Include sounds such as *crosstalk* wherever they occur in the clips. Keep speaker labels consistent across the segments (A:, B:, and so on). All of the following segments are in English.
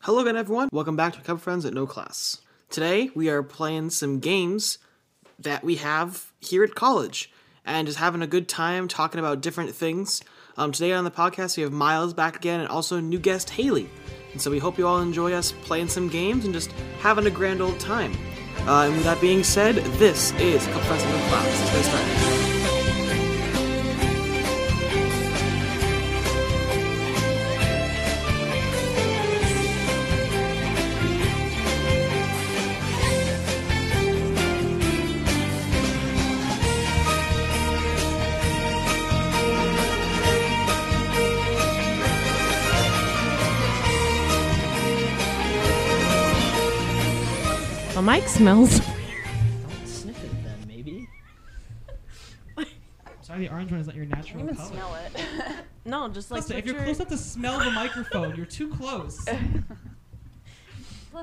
A: Hello again, everyone. Welcome back to Cup Friends at No Class. Today we are playing some games that we have here at college and just having a good time talking about different things. Um, today on the podcast we have Miles back again and also new guest Haley. And so we hope you all enjoy us playing some games and just having a grand old time. Uh, and with that being said, this is Cup Friends at No Class. Let's get started.
B: My mic smells.
C: Sniff it then, maybe. Sorry, the orange one is not your natural
D: even
C: color.
D: smell it.
B: No, just like
C: Plus, if you're
B: picture-
C: close enough to smell the microphone, you're too close.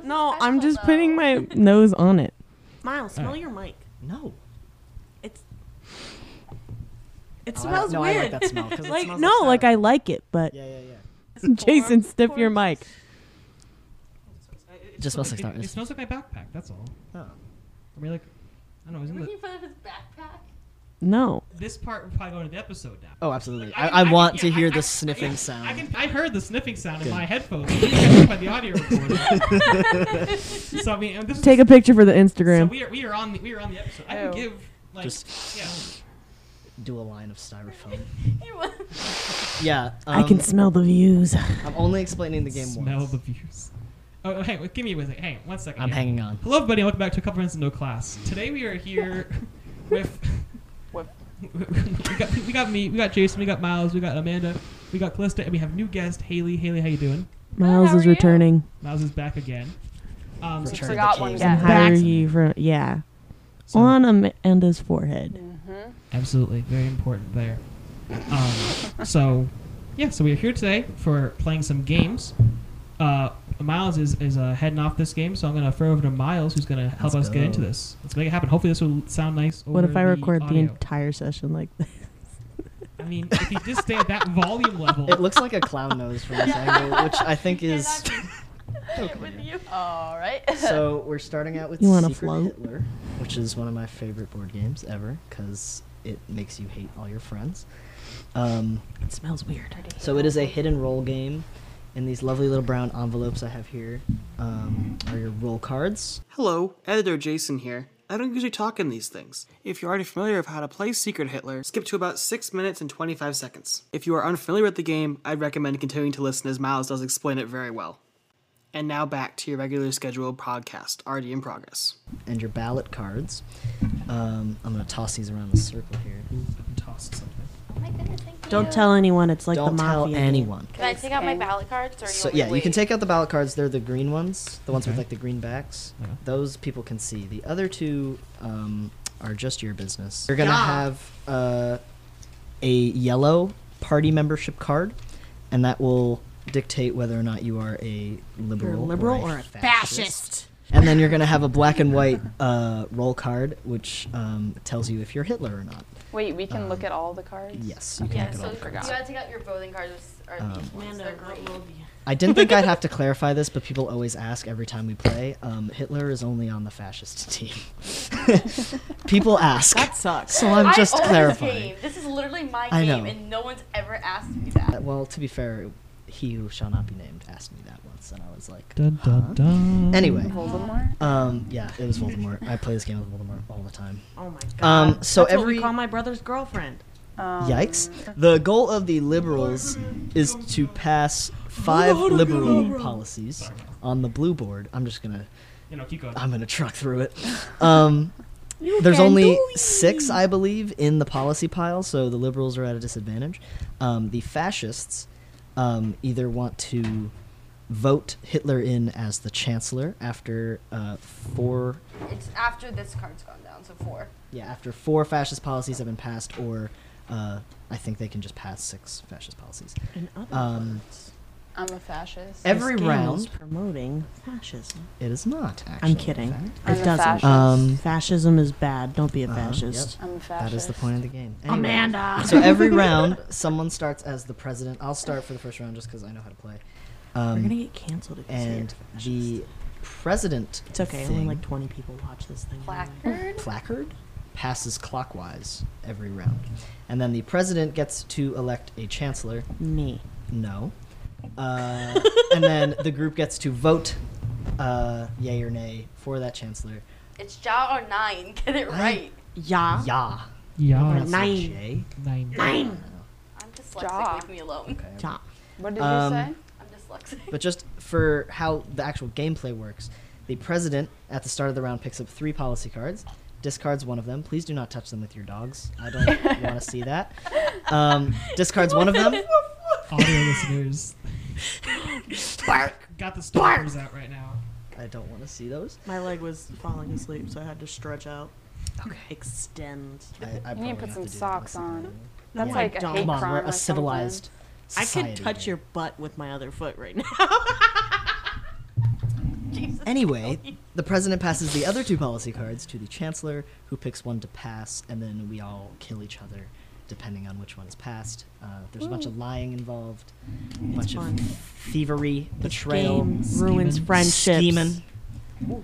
B: No, I'm just putting my nose on it. Miles, smell
C: Alright.
B: your mic.
C: No.
B: It's. It
C: Oh, I-
B: smells
C: no, I like
B: weird.
C: that smell, 'cause
B: *laughs*
C: it
B: Like,
C: smells like
B: no, like
C: sour.
B: I like it, but
C: Yeah, yeah, yeah.
B: Jason,
D: Forms,
B: sniff your mic.
C: It just smells like
E: it,
C: sour.
E: it smells like my backpack. That's all.
C: Oh.
E: I mean, like, I don't know. Isn't
D: Looking
E: it,
D: in front of his backpack.
B: No,
E: this part would probably go into the episode now?
C: Oh, absolutely.
E: can-
C: I, I
E: can-
C: want
E: yeah,
C: to hear
E: I-
C: the
E: I-
C: sniffing
E: yeah,
C: sound.
E: I can. I heard the sniffing sound
C: Good.
E: in my headphones. I didn't hear it by the
C: *laughs*
E: audio recorder. *laughs* so I mean, and this is
B: take a picture for the
E: So
B: Instagram.
E: we are we are on the we are on the episode. I
D: Ew.
E: can give like
C: Just-
E: yeah.
C: Do a line of styrofoam.
D: He was-
C: Yeah.
B: I can
C: um,
B: smell the views.
C: I'm only explaining the game
E: smell
C: once.
E: the views. Oh, oh, hang. Give me a second. Hang on, one second.
C: I'm
E: here.
C: hanging on.
E: Hello, everybody. and Welcome back to a couple minutes of no class. Today we are
B: *laughs*
E: here with.
D: With-
E: *laughs* we, got, we got me, we got Jason, we got Miles, we got Amanda, we got Callista, and we have new guest Haley. Haley, how you doing?
B: Miles
D: how
B: is
D: are you?
B: returning.
E: Miles is back again. Um,
C: Return
D: forgot
C: of the
D: one
C: King.
D: guy.
B: Yeah,
D: Yeah.
B: hire you from yeah
E: so-
B: on Amanda's forehead.
E: Absolutely, very important there. *laughs* Um, so, yeah, so we are here today for playing some games. Uh, Miles is is uh, heading off this game, so I'm gonna throw over to Miles, who's gonna help
C: Let's
E: us get
C: go.
E: into this. Let's make it happen. Hopefully, this will sound nice.
B: What
E: over
B: if I record the
E: audio.
B: entire session like *laughs* this?
E: I mean, if you just stay at that volume level,
C: It looks like a clown nose from
E: *laughs*
C: this angle, which I think is. *laughs*
F: Oh.
D: All right.
C: So we're starting out with
B: You wanna
C: Secret
B: float?
C: Hitler, which is one of my favorite board games ever because it makes you hate all your friends. Um,
B: It smells weird.
C: So it is a hit and roll game, and these lovely little brown envelopes I have here um, are your roll cards.
A: Hello, editor Jason here. I don't usually talk in these things. If you're already familiar with how to play Secret Hitler, skip to about 6 minutes and 25 seconds. If you are unfamiliar with the game, I'd recommend continuing to listen as Miles does explain it very well. And now back to your regular scheduled podcast, already in progress.
C: and your ballot cards. Um, I'm gonna toss these around the circle here.
E: I've tossed something.
D: Oh my goodness, thank
B: Don't
D: you.
B: tell anyone. It's like
C: Don't
B: the
C: tell
B: mafia. game.
C: anyone.
F: Can I take out my ballot cards, or
C: So
F: you
C: yeah, you can take out the ballot cards. They're the green ones, the ones with
E: Okay.
C: like the green backs.
E: Yeah.
C: Those people can see. The other two um, are just your business. You're gonna have uh, a yellow party membership card, and that will dictate whether or not you are a liberal,
B: liberal or a
C: fascist. And then you're gonna have a black and white uh, roll card, which um, tells you if you're Hitler or not.
G: Wait, we can look at all the cards?
C: Um, Yes, you can
F: Yeah,
C: look at
F: so
C: all
F: you
C: the cards.
F: gotta take out your voting cards. which Are
C: Um,
F: these ones. They're great.
C: I didn't think I'd have to clarify this, but people always ask every time we play. Um, Hitler is only on the fascist team. *laughs* people ask.
B: That sucks.
C: so I'm
F: I
C: just
F: own this
C: clarifying.
F: game. This is literally my
C: I
F: game,
C: know.
F: and no one's ever asked me that.
C: Uh, Well, to be fair, he who shall not be named asked me that once, and I was like,
E: Dun, dun, dun.
C: anyway.
G: Voldemort?
C: Um, yeah, it was Voldemort. I play this game with Voldemort all the time.
B: Oh my
C: Um, so
B: That's what
C: every-
B: we call my brother's girlfriend.
G: Um,
C: Yikes. The goal of the liberals is to pass five liberal policies on the blue board. I'm just gonna
E: You know, keep going.
C: I'm gonna truck through it. Um,
B: *laughs*
C: there's
B: can
C: only
B: do it.
C: six, I believe, in the policy pile, so the liberals are at a disadvantage. Um, the fascists um, either want to vote Hitler in as the chancellor after uh, four,
F: It's after this card's gone down, so four.
C: yeah, after four fascist policies have been passed, or uh, I think they can just pass six fascist policies.
B: In other
C: Um,
B: words,
G: I'm a fascist.
C: Every
B: this game is
C: round,
B: promoting fascism.
C: it is not. Actually,
B: I'm
C: in
B: kidding.
C: fact.
G: I'm
B: It
G: a
B: doesn't.
G: fascist.
C: Um,
B: Fascism is bad. Don't be a
C: Uh-huh, yep.
B: fascist.
G: I'm a fascist.
C: That is the point of the game.
B: Amanda.
C: So every round, someone starts as the president. I'll start for the first round just because I know how to play.
B: We're
C: Um,
B: gonna get canceled if you say
C: and
B: you're fascist.
C: the president.
B: It's okay.
C: thing-
B: Only like twenty people watch this thing.
F: placard.
C: placard passes clockwise every round. And then the president gets to elect a chancellor.
B: Me.
C: No. Uh, and then the group gets to vote uh, yay or nay for that chancellor.
F: It's Ja or nine. Get it
C: I-
F: right.
B: Yeah.
C: Yeah.
E: Yeah.
C: Pronounce it
B: Nine.
C: J.
E: Nine.
F: I'm dyslexic.
G: Ja.
F: Leave me alone.
C: Okay.
B: Yeah.
G: What did
C: Um,
G: you say?
F: I'm dyslexic.
C: But just for how the actual gameplay works, the president at the start of the round picks up three policy cards, discards one of them. Please do not touch them with your dogs. I don't want to see that. Um, discards one of them.
E: Audio listeners. Got the stalkers out right now.
C: I don't want to see those.
B: My leg was falling asleep, so I had to stretch out. Okay. Extend.
C: I, I
G: to
C: probably
G: put
C: have
G: some
C: do that
G: socks
C: myself.
G: on.
B: That's
C: Yeah.
G: like a
B: dumb.
G: hate
C: Come on,
G: crime
C: we're
G: or
C: a
G: something.
C: civilized.
B: I could
C: society
B: touch
C: here.
B: your butt with my other foot right now.
F: Jesus.
C: *laughs* Anyway, the president passes the other two policy cards to the chancellor, who picks one to pass, and then we all kill each other, depending on which one is passed. Uh, there's a bunch of lying involved, a bunch
B: fun.
C: of thievery, betrayal,
B: Game ruins
E: scheming.
B: friendships.
C: scheming.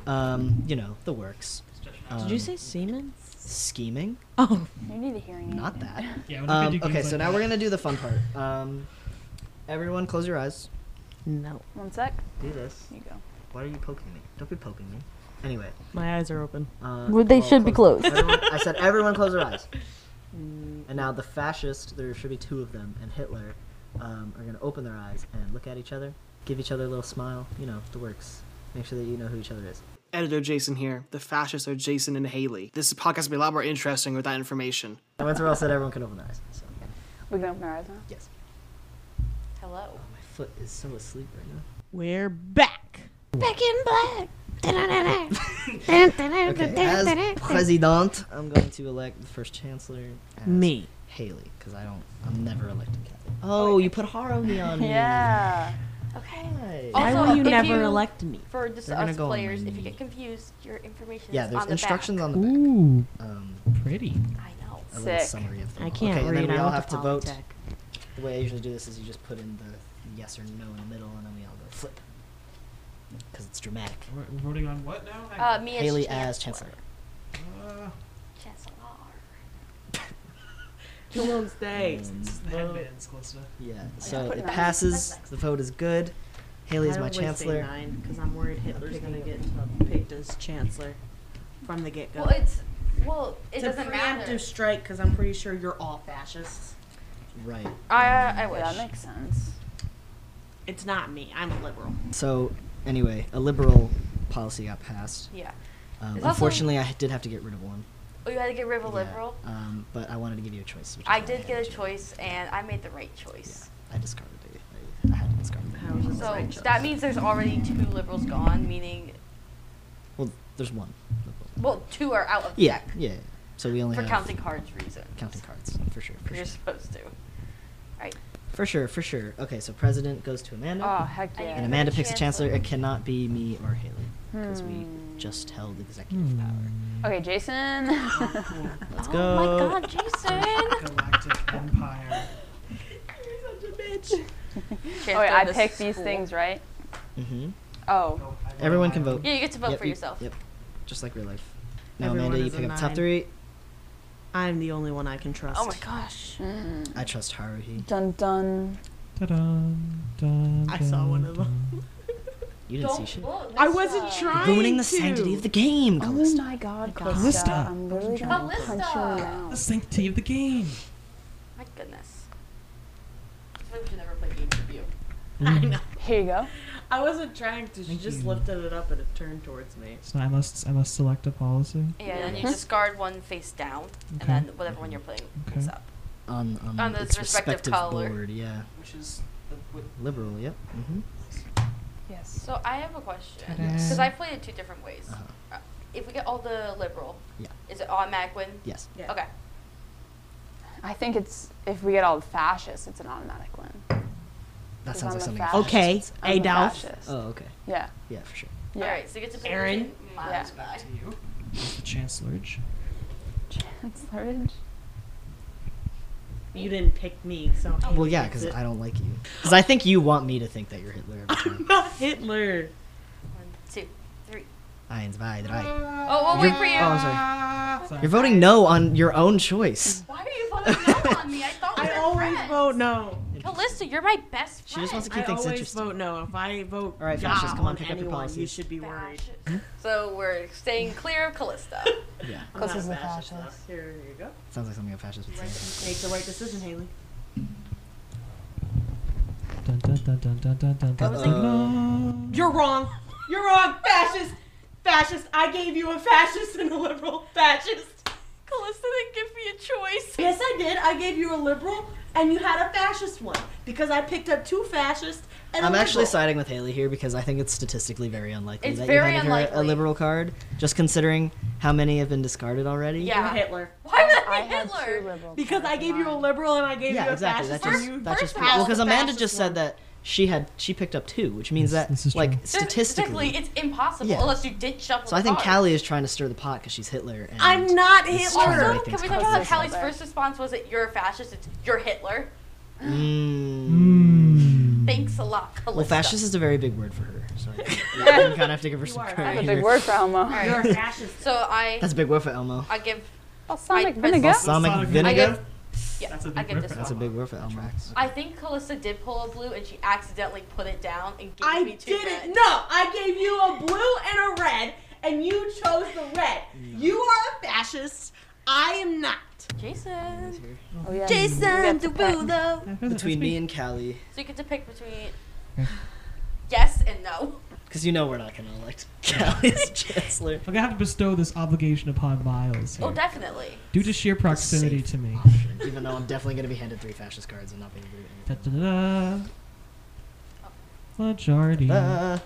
C: Um, you know the works.
B: Did you
C: Um,
B: say semen?
C: *laughs* scheming?
B: Oh,
G: You need a hearing aid.
C: Not that.
E: Yeah, we're not gonna
C: Um,
E: do
C: okay,
E: games
C: so
E: like
C: now
E: that.
C: we're gonna do the fun part. Um, everyone, close your eyes.
B: no.
G: *laughs* One sec.
C: Do this.
G: You go.
C: Why are you poking me? Don't be poking me. Anyway.
B: My eyes are open.
C: Uh,
F: Well, they should be
C: close-
F: closed.
C: everyone-
F: *laughs*
C: I said everyone close their eyes.
B: Mm.
C: And now the fascist, there should be two of them, and Hitler um, are going to open their eyes and look at each other, give each other a little smile, you know, the works. Make sure that you know who each other is.
A: Editor Jason here. The fascists are Jason and Haley. This podcast will be a lot more interesting with that information.
C: And once we're all said, everyone can open their eyes. So,
G: We can open our eyes now.
C: yes.
F: Hello.
C: My foot is so asleep right
F: *laughs*
C: now.
B: We're back.
C: Okay, as president, I'm going to elect the first chancellor. As
B: Me.
C: Haley, because I don't, I'm never elected Catholic. Oh, you
B: *laughs*
C: put Haruhi on me.
G: Yeah.
F: Okay.
C: Right.
B: Why
F: Also,
B: will you
F: if
B: never
F: you-
B: elect me?
F: For just
C: They're gonna
F: us
C: go on my
F: players, if
C: knee.
F: you get confused, your information
C: Yeah,
F: is
C: there's
F: on the
C: instructions
F: back.
C: on the back.
E: Ooh,
C: Um,
E: pretty.
F: I know.
C: a little
G: Sick.
C: summary of them.
B: I
C: all.
B: can't
C: okay,
B: read.
C: And then we
B: I
C: all
B: went
C: have
B: to
C: to vote.
B: Polytech.
C: The way I usually do this is you just put in the yes or no in the middle, and then we all go flip. Because it's *laughs* dramatic.
E: We're we're voting on what now? Hang
F: Uh, me as
C: Haley as chancellor.
E: on. Uh,
F: Chancellor.
B: Too long stay.
E: it's the headbands close enough.
C: Um, Yeah. So
G: put
C: it
G: nine.
C: passes. The vote is good. Haley is my chancellor.
B: because I'm worried Hitler's going to get picked as chancellor from the get go.
F: Well, it's well, it
B: it's a
F: doesn't
B: preemptive
F: matter.
B: strike because I'm pretty sure you're all fascists.
C: Right.
G: I, I wish. That makes sense.
B: It's not me. I'm a liberal.
C: So anyway, a liberal policy got passed.
F: Yeah. It's
C: Um,
F: also-
C: unfortunately, I did have to get rid of one.
F: Oh, you had to get rid of a
C: Yeah,
F: liberal.
C: Um, but I wanted to give you a choice. which is
F: I
C: why
F: did get
C: had
F: a
C: you.
F: choice, and I made the right choice.
C: I discarded it. I- I had to discard it.
B: How is this
F: So
B: the right choice?
F: that means there's already two liberals gone, meaning
C: Well, there's one. liberal.
F: well, two are out of the
C: Yeah,
F: deck
C: yeah. yeah. So we only
F: for
C: have
F: counting cards reasons.
C: counting cards for sure. For
F: You're
C: sure.
F: supposed to. Right.
C: For sure, for sure. Okay, so president goes to Amanda,
G: Oh heck
F: I
G: yeah.
C: and
F: am-
C: Amanda picks a
F: Chancellor.
C: chancellor. It cannot be me or Haley because we
G: Hmm.
C: just held executive
B: Hmm.
C: power.
G: Okay, Jason. *laughs*
C: Let's
F: oh
C: go.
F: my God, Jason!
E: Galactic Empire.
G: oh wait, I pick these things, right?
C: hmm
G: Oh.
E: Oh, I vote
C: Everyone
E: on
C: can
E: my own.
C: vote.
F: Yeah, you get to vote
C: Yep,
F: for
C: you-
F: yourself.
C: Yep. Just like real life. Now,
B: Everyone
C: Amanda, you
B: is a
C: pick up top
B: nine.
C: three.
B: I'm the only one I can trust.
F: Oh my gosh.
C: I trust Haruhi.
G: Dun dun.
E: Ta-dun, dun,
B: I saw
E: dun,
B: one of them.
C: You didn't see shit.
B: *laughs*
F: Oh,
B: I wasn't trying
C: Ruining the
B: to.
C: sanctity of the game,
G: Oh
C: Callista.
G: my god,
E: Calista.
G: Calista. I'm really gonna
F: Calista.
G: punch you in the mouth.
E: The sanctity of the
C: *laughs*
E: game.
F: My goodness. I feel like we should never play games with you.
B: *laughs* I know.
G: Here you go.
B: I wasn't trying to. She
E: Thank
B: just
E: you.
B: lifted it up and it turned towards me.
E: So I must, I must select a policy.
F: Yeah, and then you discard one face down,
E: Okay.
F: and then whatever one you're playing comes
E: Okay.
F: up.
C: On, on,
F: On the
C: its
F: respective
C: respective
F: color.
C: board, yeah.
A: Which is
C: Liberal, yep. hmm
G: Yes.
F: So I have a question
E: Yes.
F: because I played it two different ways.
C: Uh-huh.
F: Uh, If we get all the liberal,
C: Yeah.
F: is it automatic win?
C: Yes.
B: Yeah.
F: Okay.
G: I think it's if we get all the fascists, it's an automatic win.
C: That
G: If
C: sounds
G: I'm
C: like
G: a
C: something.
G: fascist,
B: Okay,
G: I'm a
B: Adolf.
G: fascist.
C: Oh, okay.
G: Yeah.
C: Yeah, for sure.
G: Yeah.
F: All right. So you get to play
B: Aaron?
F: between Miles and I.
E: To you. The Chancellorage.
G: Chancellorage.
B: You didn't pick me, so.
F: Oh,
C: Well, yeah, because I don't like you. Because I think you want me to think that you're Hitler every time. *laughs*
B: Not Hitler.
F: One, two, three.
C: Eins, zwei, drei.
F: Oh, we'll wait for you.
C: Oh, I'm sorry.
E: Sorry.
C: You're voting no on your own choice.
F: Why do you vote no on me? I
B: *laughs*
F: thought we
B: I
F: were
B: always
F: friends.
B: vote no.
F: Callista, you're my best friend.
C: She just wants to
B: I
C: keep things
B: always
C: interesting.
B: vote no. If I vote
C: All right,
B: yeah
C: fascists, come on,
B: on
C: pick up your
B: anyone, you
C: policies.
B: should be worried.
C: *laughs*
F: Fascist. So we're staying clear of Callista.
C: Yeah,
B: I'm not
G: Close as a
B: fascist, though.
G: fascist.
B: Here you go.
C: sounds like something a fascist would say.
B: Make the right decision, Haley.
E: Dun, dun, dun, dun, dun, dun, dun, dun, dun.
B: You're wrong. You're wrong. Fascist. Fascist. I gave you a fascist and a liberal. Fascist.
F: Callista didn't give me a choice.
B: Yes, I did. I gave you a liberal and you had a fascist one because I picked up two fascists and a
C: I'm actually
B: liberal.
C: siding with Haley here because I think it's statistically very unlikely
F: It's
C: that
F: very
C: you handed her a
F: unlikely.
C: liberal card, just considering how many have been discarded already.
F: Yeah.
B: You're Hitler.
F: Why would
G: I
F: I be
G: had two
C: uh,
F: Hitler?
G: liberal.
B: Because I
G: cards,
B: gave you a
G: mine.
B: liberal and I gave you
C: yeah,
B: a
C: exactly. That
B: fascist.
C: just
B: and you
C: that just
B: first passed
C: well because
B: the
C: Amanda
B: fascist
C: just
B: one.
C: said that she had she picked up two, which means
E: Yes,
C: that
E: this is
C: like
E: true.
C: statistically.
F: it's impossible
C: Yeah.
F: unless you did shuffle.
C: so
F: the
C: I think
F: cards.
C: Callie is trying to stir the pot because she's Hitler. And
B: I'm not
C: It's
B: Hitler.
C: true.
F: Also,
C: make
F: can
C: things
F: we talk about
G: possible.
F: how Callie's first response was that you're a fascist? It's you're Hitler.
C: Mm.
F: Thanks a lot, Callista.
C: Well, fascist is a very big word for her, so I think you kind of have to give her some
B: are.
C: credit.
G: That's a
C: here.
G: big word for
F: *laughs*
G: Elmo.
F: All
B: You're
F: right.
B: a fascist.
F: So I,
C: That's a big word for Elmo.
F: I give,
G: Balsamic
F: I-
G: Oh, vinegar.
C: Balsamic
F: I
C: vinegar.
F: give, yeah,
E: That's a
F: I
E: big
F: give this
E: reference.
C: That's a
F: one.
C: big word for Elmo.
F: I think Callista did pull a blue, and she accidentally put it down and gave
B: I
F: me two
B: didn't.
F: reds.
B: No, I gave you a blue and a red, and you chose the red. You are a fascist. I am not.
F: Jason.
G: Oh, yeah.
F: Jason Derulo.
C: Between me and Callie,
F: So you get to pick between yes and no.
C: because you know we're not going to elect *laughs* Callie as chancellor.
E: I'm gonna have to bestow this obligation upon Miles here,
F: Oh, definitely.
E: due to sheer proximity
C: Safe
E: to me.
C: option, Even though I'm definitely going to be handed three fascist cards and not being
E: Da,
C: able to
E: da,
C: do
E: da. Majority.
C: anything. Uh,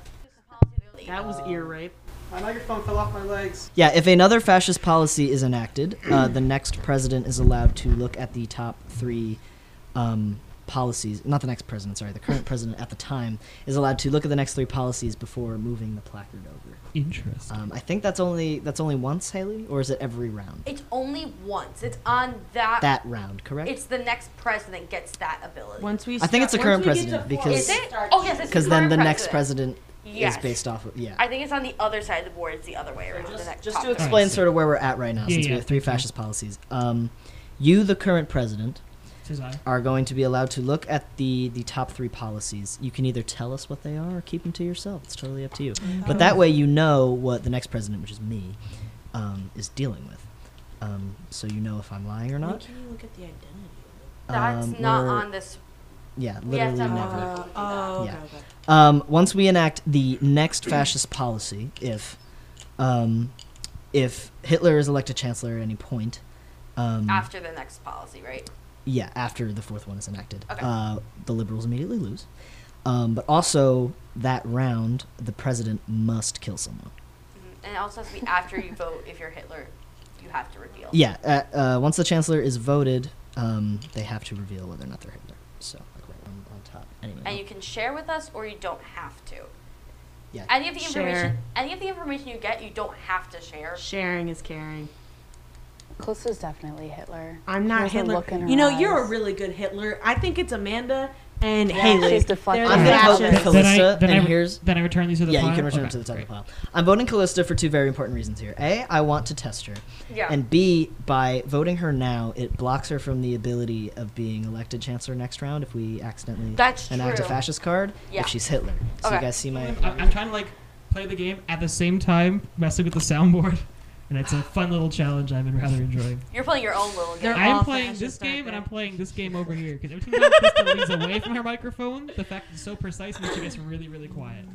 B: That was ear rape.
H: My microphone fell off my legs.
C: yeah, if another fascist policy is enacted, uh, the next president is allowed to look at the top three um, policies. Not the next president, sorry. The current president at the time is allowed to look at the next three policies before moving the placard over.
E: Interesting.
C: Um, I think that's only that's only once, Haley, or is it every round?
F: It's only once. It's on that.
C: That round, correct?
F: It's the next president gets that ability.
B: Once we
C: I think it's the current president
F: Is
C: because
F: it? Oh yes, it's
C: because then
F: current
C: the next president
F: Yes.
C: is based off of yeah.
F: I think it's on the other side of the board. It's the other way around. the next
C: Just to
F: top.
C: explain
E: Alright, so-
C: sort of where we're at right now,
E: Yeah,
C: since we
E: yeah. Mm-hmm.
C: have three fascist policies. Um, you, the current president,
E: Tis I.
C: are going to be allowed to look at the the top three policies. You can either tell us what they are or keep them to yourself. It's totally up to you. But that way, you know what the next president, which is me, um, is dealing with. Um, so you know if I'm lying or not.
B: Can you look at the identity?
F: That's
C: Um,
F: not
C: we're-
F: on this.
C: Yeah,
F: We have
C: literally
F: to have
C: never.
F: another one to do that.
B: Oh, okay,
C: Yeah.
B: okay.
C: Um, once we enact the next fascist policy, if um, if Hitler is elected chancellor at any point, um,
F: after the next policy, right?
C: yeah, after the fourth one is enacted,
F: Okay.
C: uh, the liberals immediately lose. Um, but also that round, the president must kill someone.
F: Mhm. And it also has to be after you vote. If you're Hitler, you have to reveal.
C: Yeah, uh, uh, once the chancellor is voted, um, they have to reveal whether or not they're Hitler. So like right on, on top. Anyway,
F: And you can share with us, or you don't have to.
C: yeah,
F: Any of the information,
B: Share.
F: any of the information you get, you don't have to share.
B: Sharing is caring.
G: Close is definitely Hitler.
B: I'm not
G: There's a
B: Hitler.
G: look in her
B: You know, you're a
G: eyes.
B: really good Hitler. I think it's Amanda and
G: Yeah,
B: Haley.
G: she's
B: They're
G: deflecting.
B: the
C: I'm gonna vote
B: fascists.
C: for Callista,
E: then I,
C: and
E: re-
C: here's
E: then I return these to the
C: yeah, you
E: pile?
C: can return
E: Okay,
C: it to the top
E: great.
C: of the pile. I'm voting Callista for two very important reasons here. A, I want to test her.
F: Yeah.
C: And B, by voting her now, it blocks her from the ability of being elected chancellor next round if we accidentally
F: That's
C: enact a
F: true.
C: fascist card
F: Yeah.
C: if she's Hitler. So you
F: Okay.
C: guys see my
E: I'm, I'm trying to like play the game at the same time messing with the soundboard, and it's a fun little challenge I've been rather enjoying.
F: You're playing your own little
B: They're
F: game.
E: I'm
B: all
E: playing this
B: fascists, aren't
E: game and
B: they?
E: I'm playing this game over here because every time Krista leans away from her microphone, the fact it's so precise makes it gets really really quiet.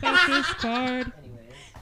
E: Fascist card.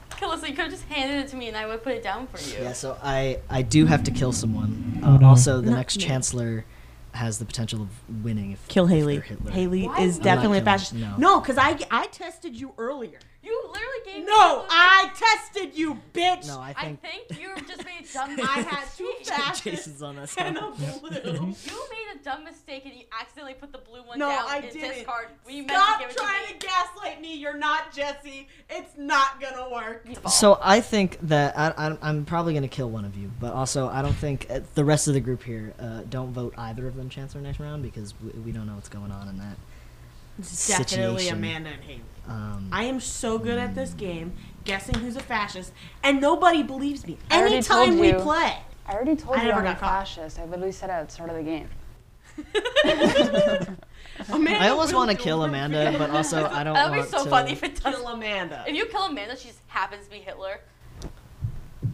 F: Calista, you could have just handed it to me, and I would put it down for you.
C: Yeah, so I, I do have to kill someone. Uh,
E: Oh, no.
C: Also, the
B: Not
C: next
B: me.
C: chancellor has the potential of winning if
B: Kill
C: if
B: Haley.
C: they're Hitler.
B: Haley
F: Why
B: is
F: not?
B: definitely a
C: I'm not
B: fascist.
C: killing-
B: No, because I I tested you earlier.
F: You literally gave me
B: No,
F: a-
B: I tested you, bitch. *laughs*
C: No, I
F: I
C: think
F: think you just made a dumb
B: I
F: mistake.
B: had two fascists
C: *laughs* Jason's on us.
B: and a
C: *laughs*
B: blue.
F: You made a dumb mistake and you accidentally put the blue one
B: No,
F: down
B: I
F: in
B: didn't.
F: discard. We
B: Stop
F: meant to give
B: trying
F: it
B: to gaslight me. You're not Jesse. It's not gonna work.
F: to me.
B: *laughs*
C: So I think that I, I'm, I'm probably going to kill one of you, but also I don't think uh, the rest of the group here uh, don't vote either of them chancellor next round because we, we don't know what's going on in that.
B: Definitely
C: situation.
B: Amanda and Haley.
C: Um,
B: I am so good at this game, guessing who's a fascist, and nobody believes me.
G: I already
B: Anytime
G: told
B: we
G: you.
B: play.
G: I already told
B: I
G: you
B: never
G: I'm a
B: got caught.
G: fascist. I literally said it at the start of the game.
B: Amanda
C: I almost
B: will
C: want to
B: do
C: kill
B: it.
C: Amanda, but also
F: *laughs*
C: I don't
F: *laughs* That would
C: want
F: be so
C: to.
F: funny if it does.
B: *laughs* Kill Amanda.
F: If you kill Amanda, she just happens to be Hitler.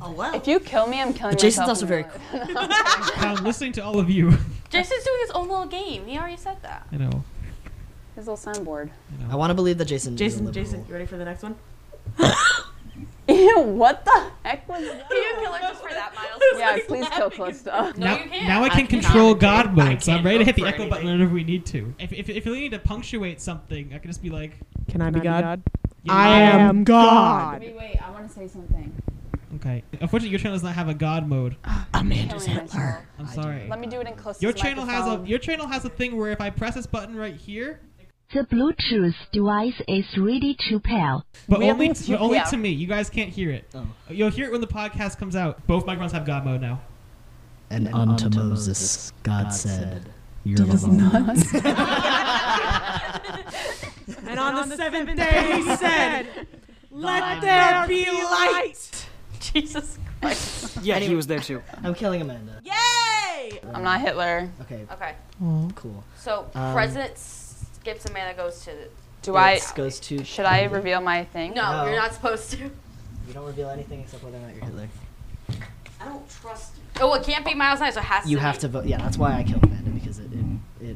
B: Oh well.
G: If you kill me, I'm killing
C: But Jason's
G: myself
C: also
G: in
C: very
G: real
C: cool.
G: life.
E: I'm listening to all of you. *laughs*
F: Jason's doing his own little game. He already said
B: *laughs*
F: that.
E: I know.
G: *laughs* His little soundboard.
C: I want to believe that Jason. is a
B: Jason,
C: liberal.
B: Jason, you ready for the next one?
G: Ew, what the heck was *laughs* that?
F: Can you kill her just for that,
B: *laughs*
F: Miles?
G: Yeah, please kill Callisto.
F: No,
E: now,
F: you can't.
E: now I can
B: I
E: control
B: cannot.
E: God
B: I
E: modes.
B: can't
E: I'm ready to
B: vote
E: hit the
B: for
E: echo
B: anything.
E: button whenever we need to. If, if, if we need to punctuate something, I can just be like,
I: Can I be God?
E: yeah,
I: am God.
G: Wait, wait, I want to say something.
E: Okay. Unfortunately, your channel does not have a God mode.
G: Killing myself.
E: I'm
C: I
E: sorry.
G: Let me do it in close. to
E: Your
G: the
E: channel has a
G: microphone.
E: your channel has a thing where if I press this button right here,
J: The Bluetooth device is ready to pair.
E: but
G: Really?
E: only to, but only
G: Yeah.
E: to me. You guys can't hear it.
C: Oh.
E: You'll hear it when the podcast comes out. Both microphones have God mode now.
C: And, unto, Moses, God, said, "You're
B: And on, the, seventh day *laughs* he said, "Let there be light."
F: *laughs* Jesus Christ.
A: Yeah, he was
E: *laughs*
A: there too.
C: I'm killing Amanda.
B: Yay!
G: I'm not Hitler.
C: Okay,
F: Okay,
C: cool.
F: so
C: Um,
F: President skips Amanda goes to.
G: Do I?
C: This goes to.
G: Should I
C: Hitler.
G: reveal my thing?
F: No,
C: No.
F: you're not supposed to.
C: You don't reveal anything except whether or not you're Hitler.
B: I don't trust you.
F: Oh, it can't be Miles Knight, so it has to
C: You
F: be.
C: have to vote. Yeah, that's why I killed Amanda because it it,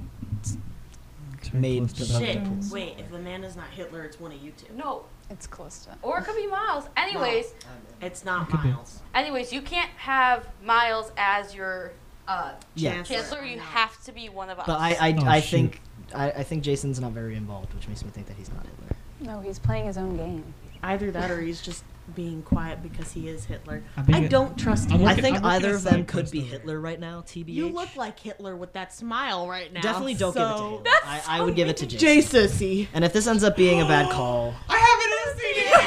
C: it made the vote.
B: Shit.
C: polls.
B: Wait, if Amanda's not Hitler, it's one of you two.
F: No,
G: It's close to.
F: or it could be Miles. Anyways,
B: It's not
E: could be.
B: Miles.
F: anyways, you can't have Miles as your uh,
C: Yeah,
B: Chancellor.
F: chancellor. You have to be one of us.
C: but I I,
E: Oh,
C: I
E: shoot.
C: think I, I think Jason's not very involved, which makes me think that he's not Hitler.
G: No, he's playing his own *laughs* game.
B: Either that or he's just being quiet because he is Hitler.
E: I'm being
B: I
E: a-
B: don't trust
E: I'm
B: him.
E: Look
C: I
E: at-
C: think
E: I'm looking
C: either
E: at
C: of them
E: side
C: could
E: posts
C: be
E: over here.
C: Hitler right now. TBH.
B: You look like Hitler with that smile right now.
C: definitely don't
B: so-
C: give it to Hitler. I, I would give it to Jason.
B: Jesus-y.
C: And if this ends up being a bad call,
B: I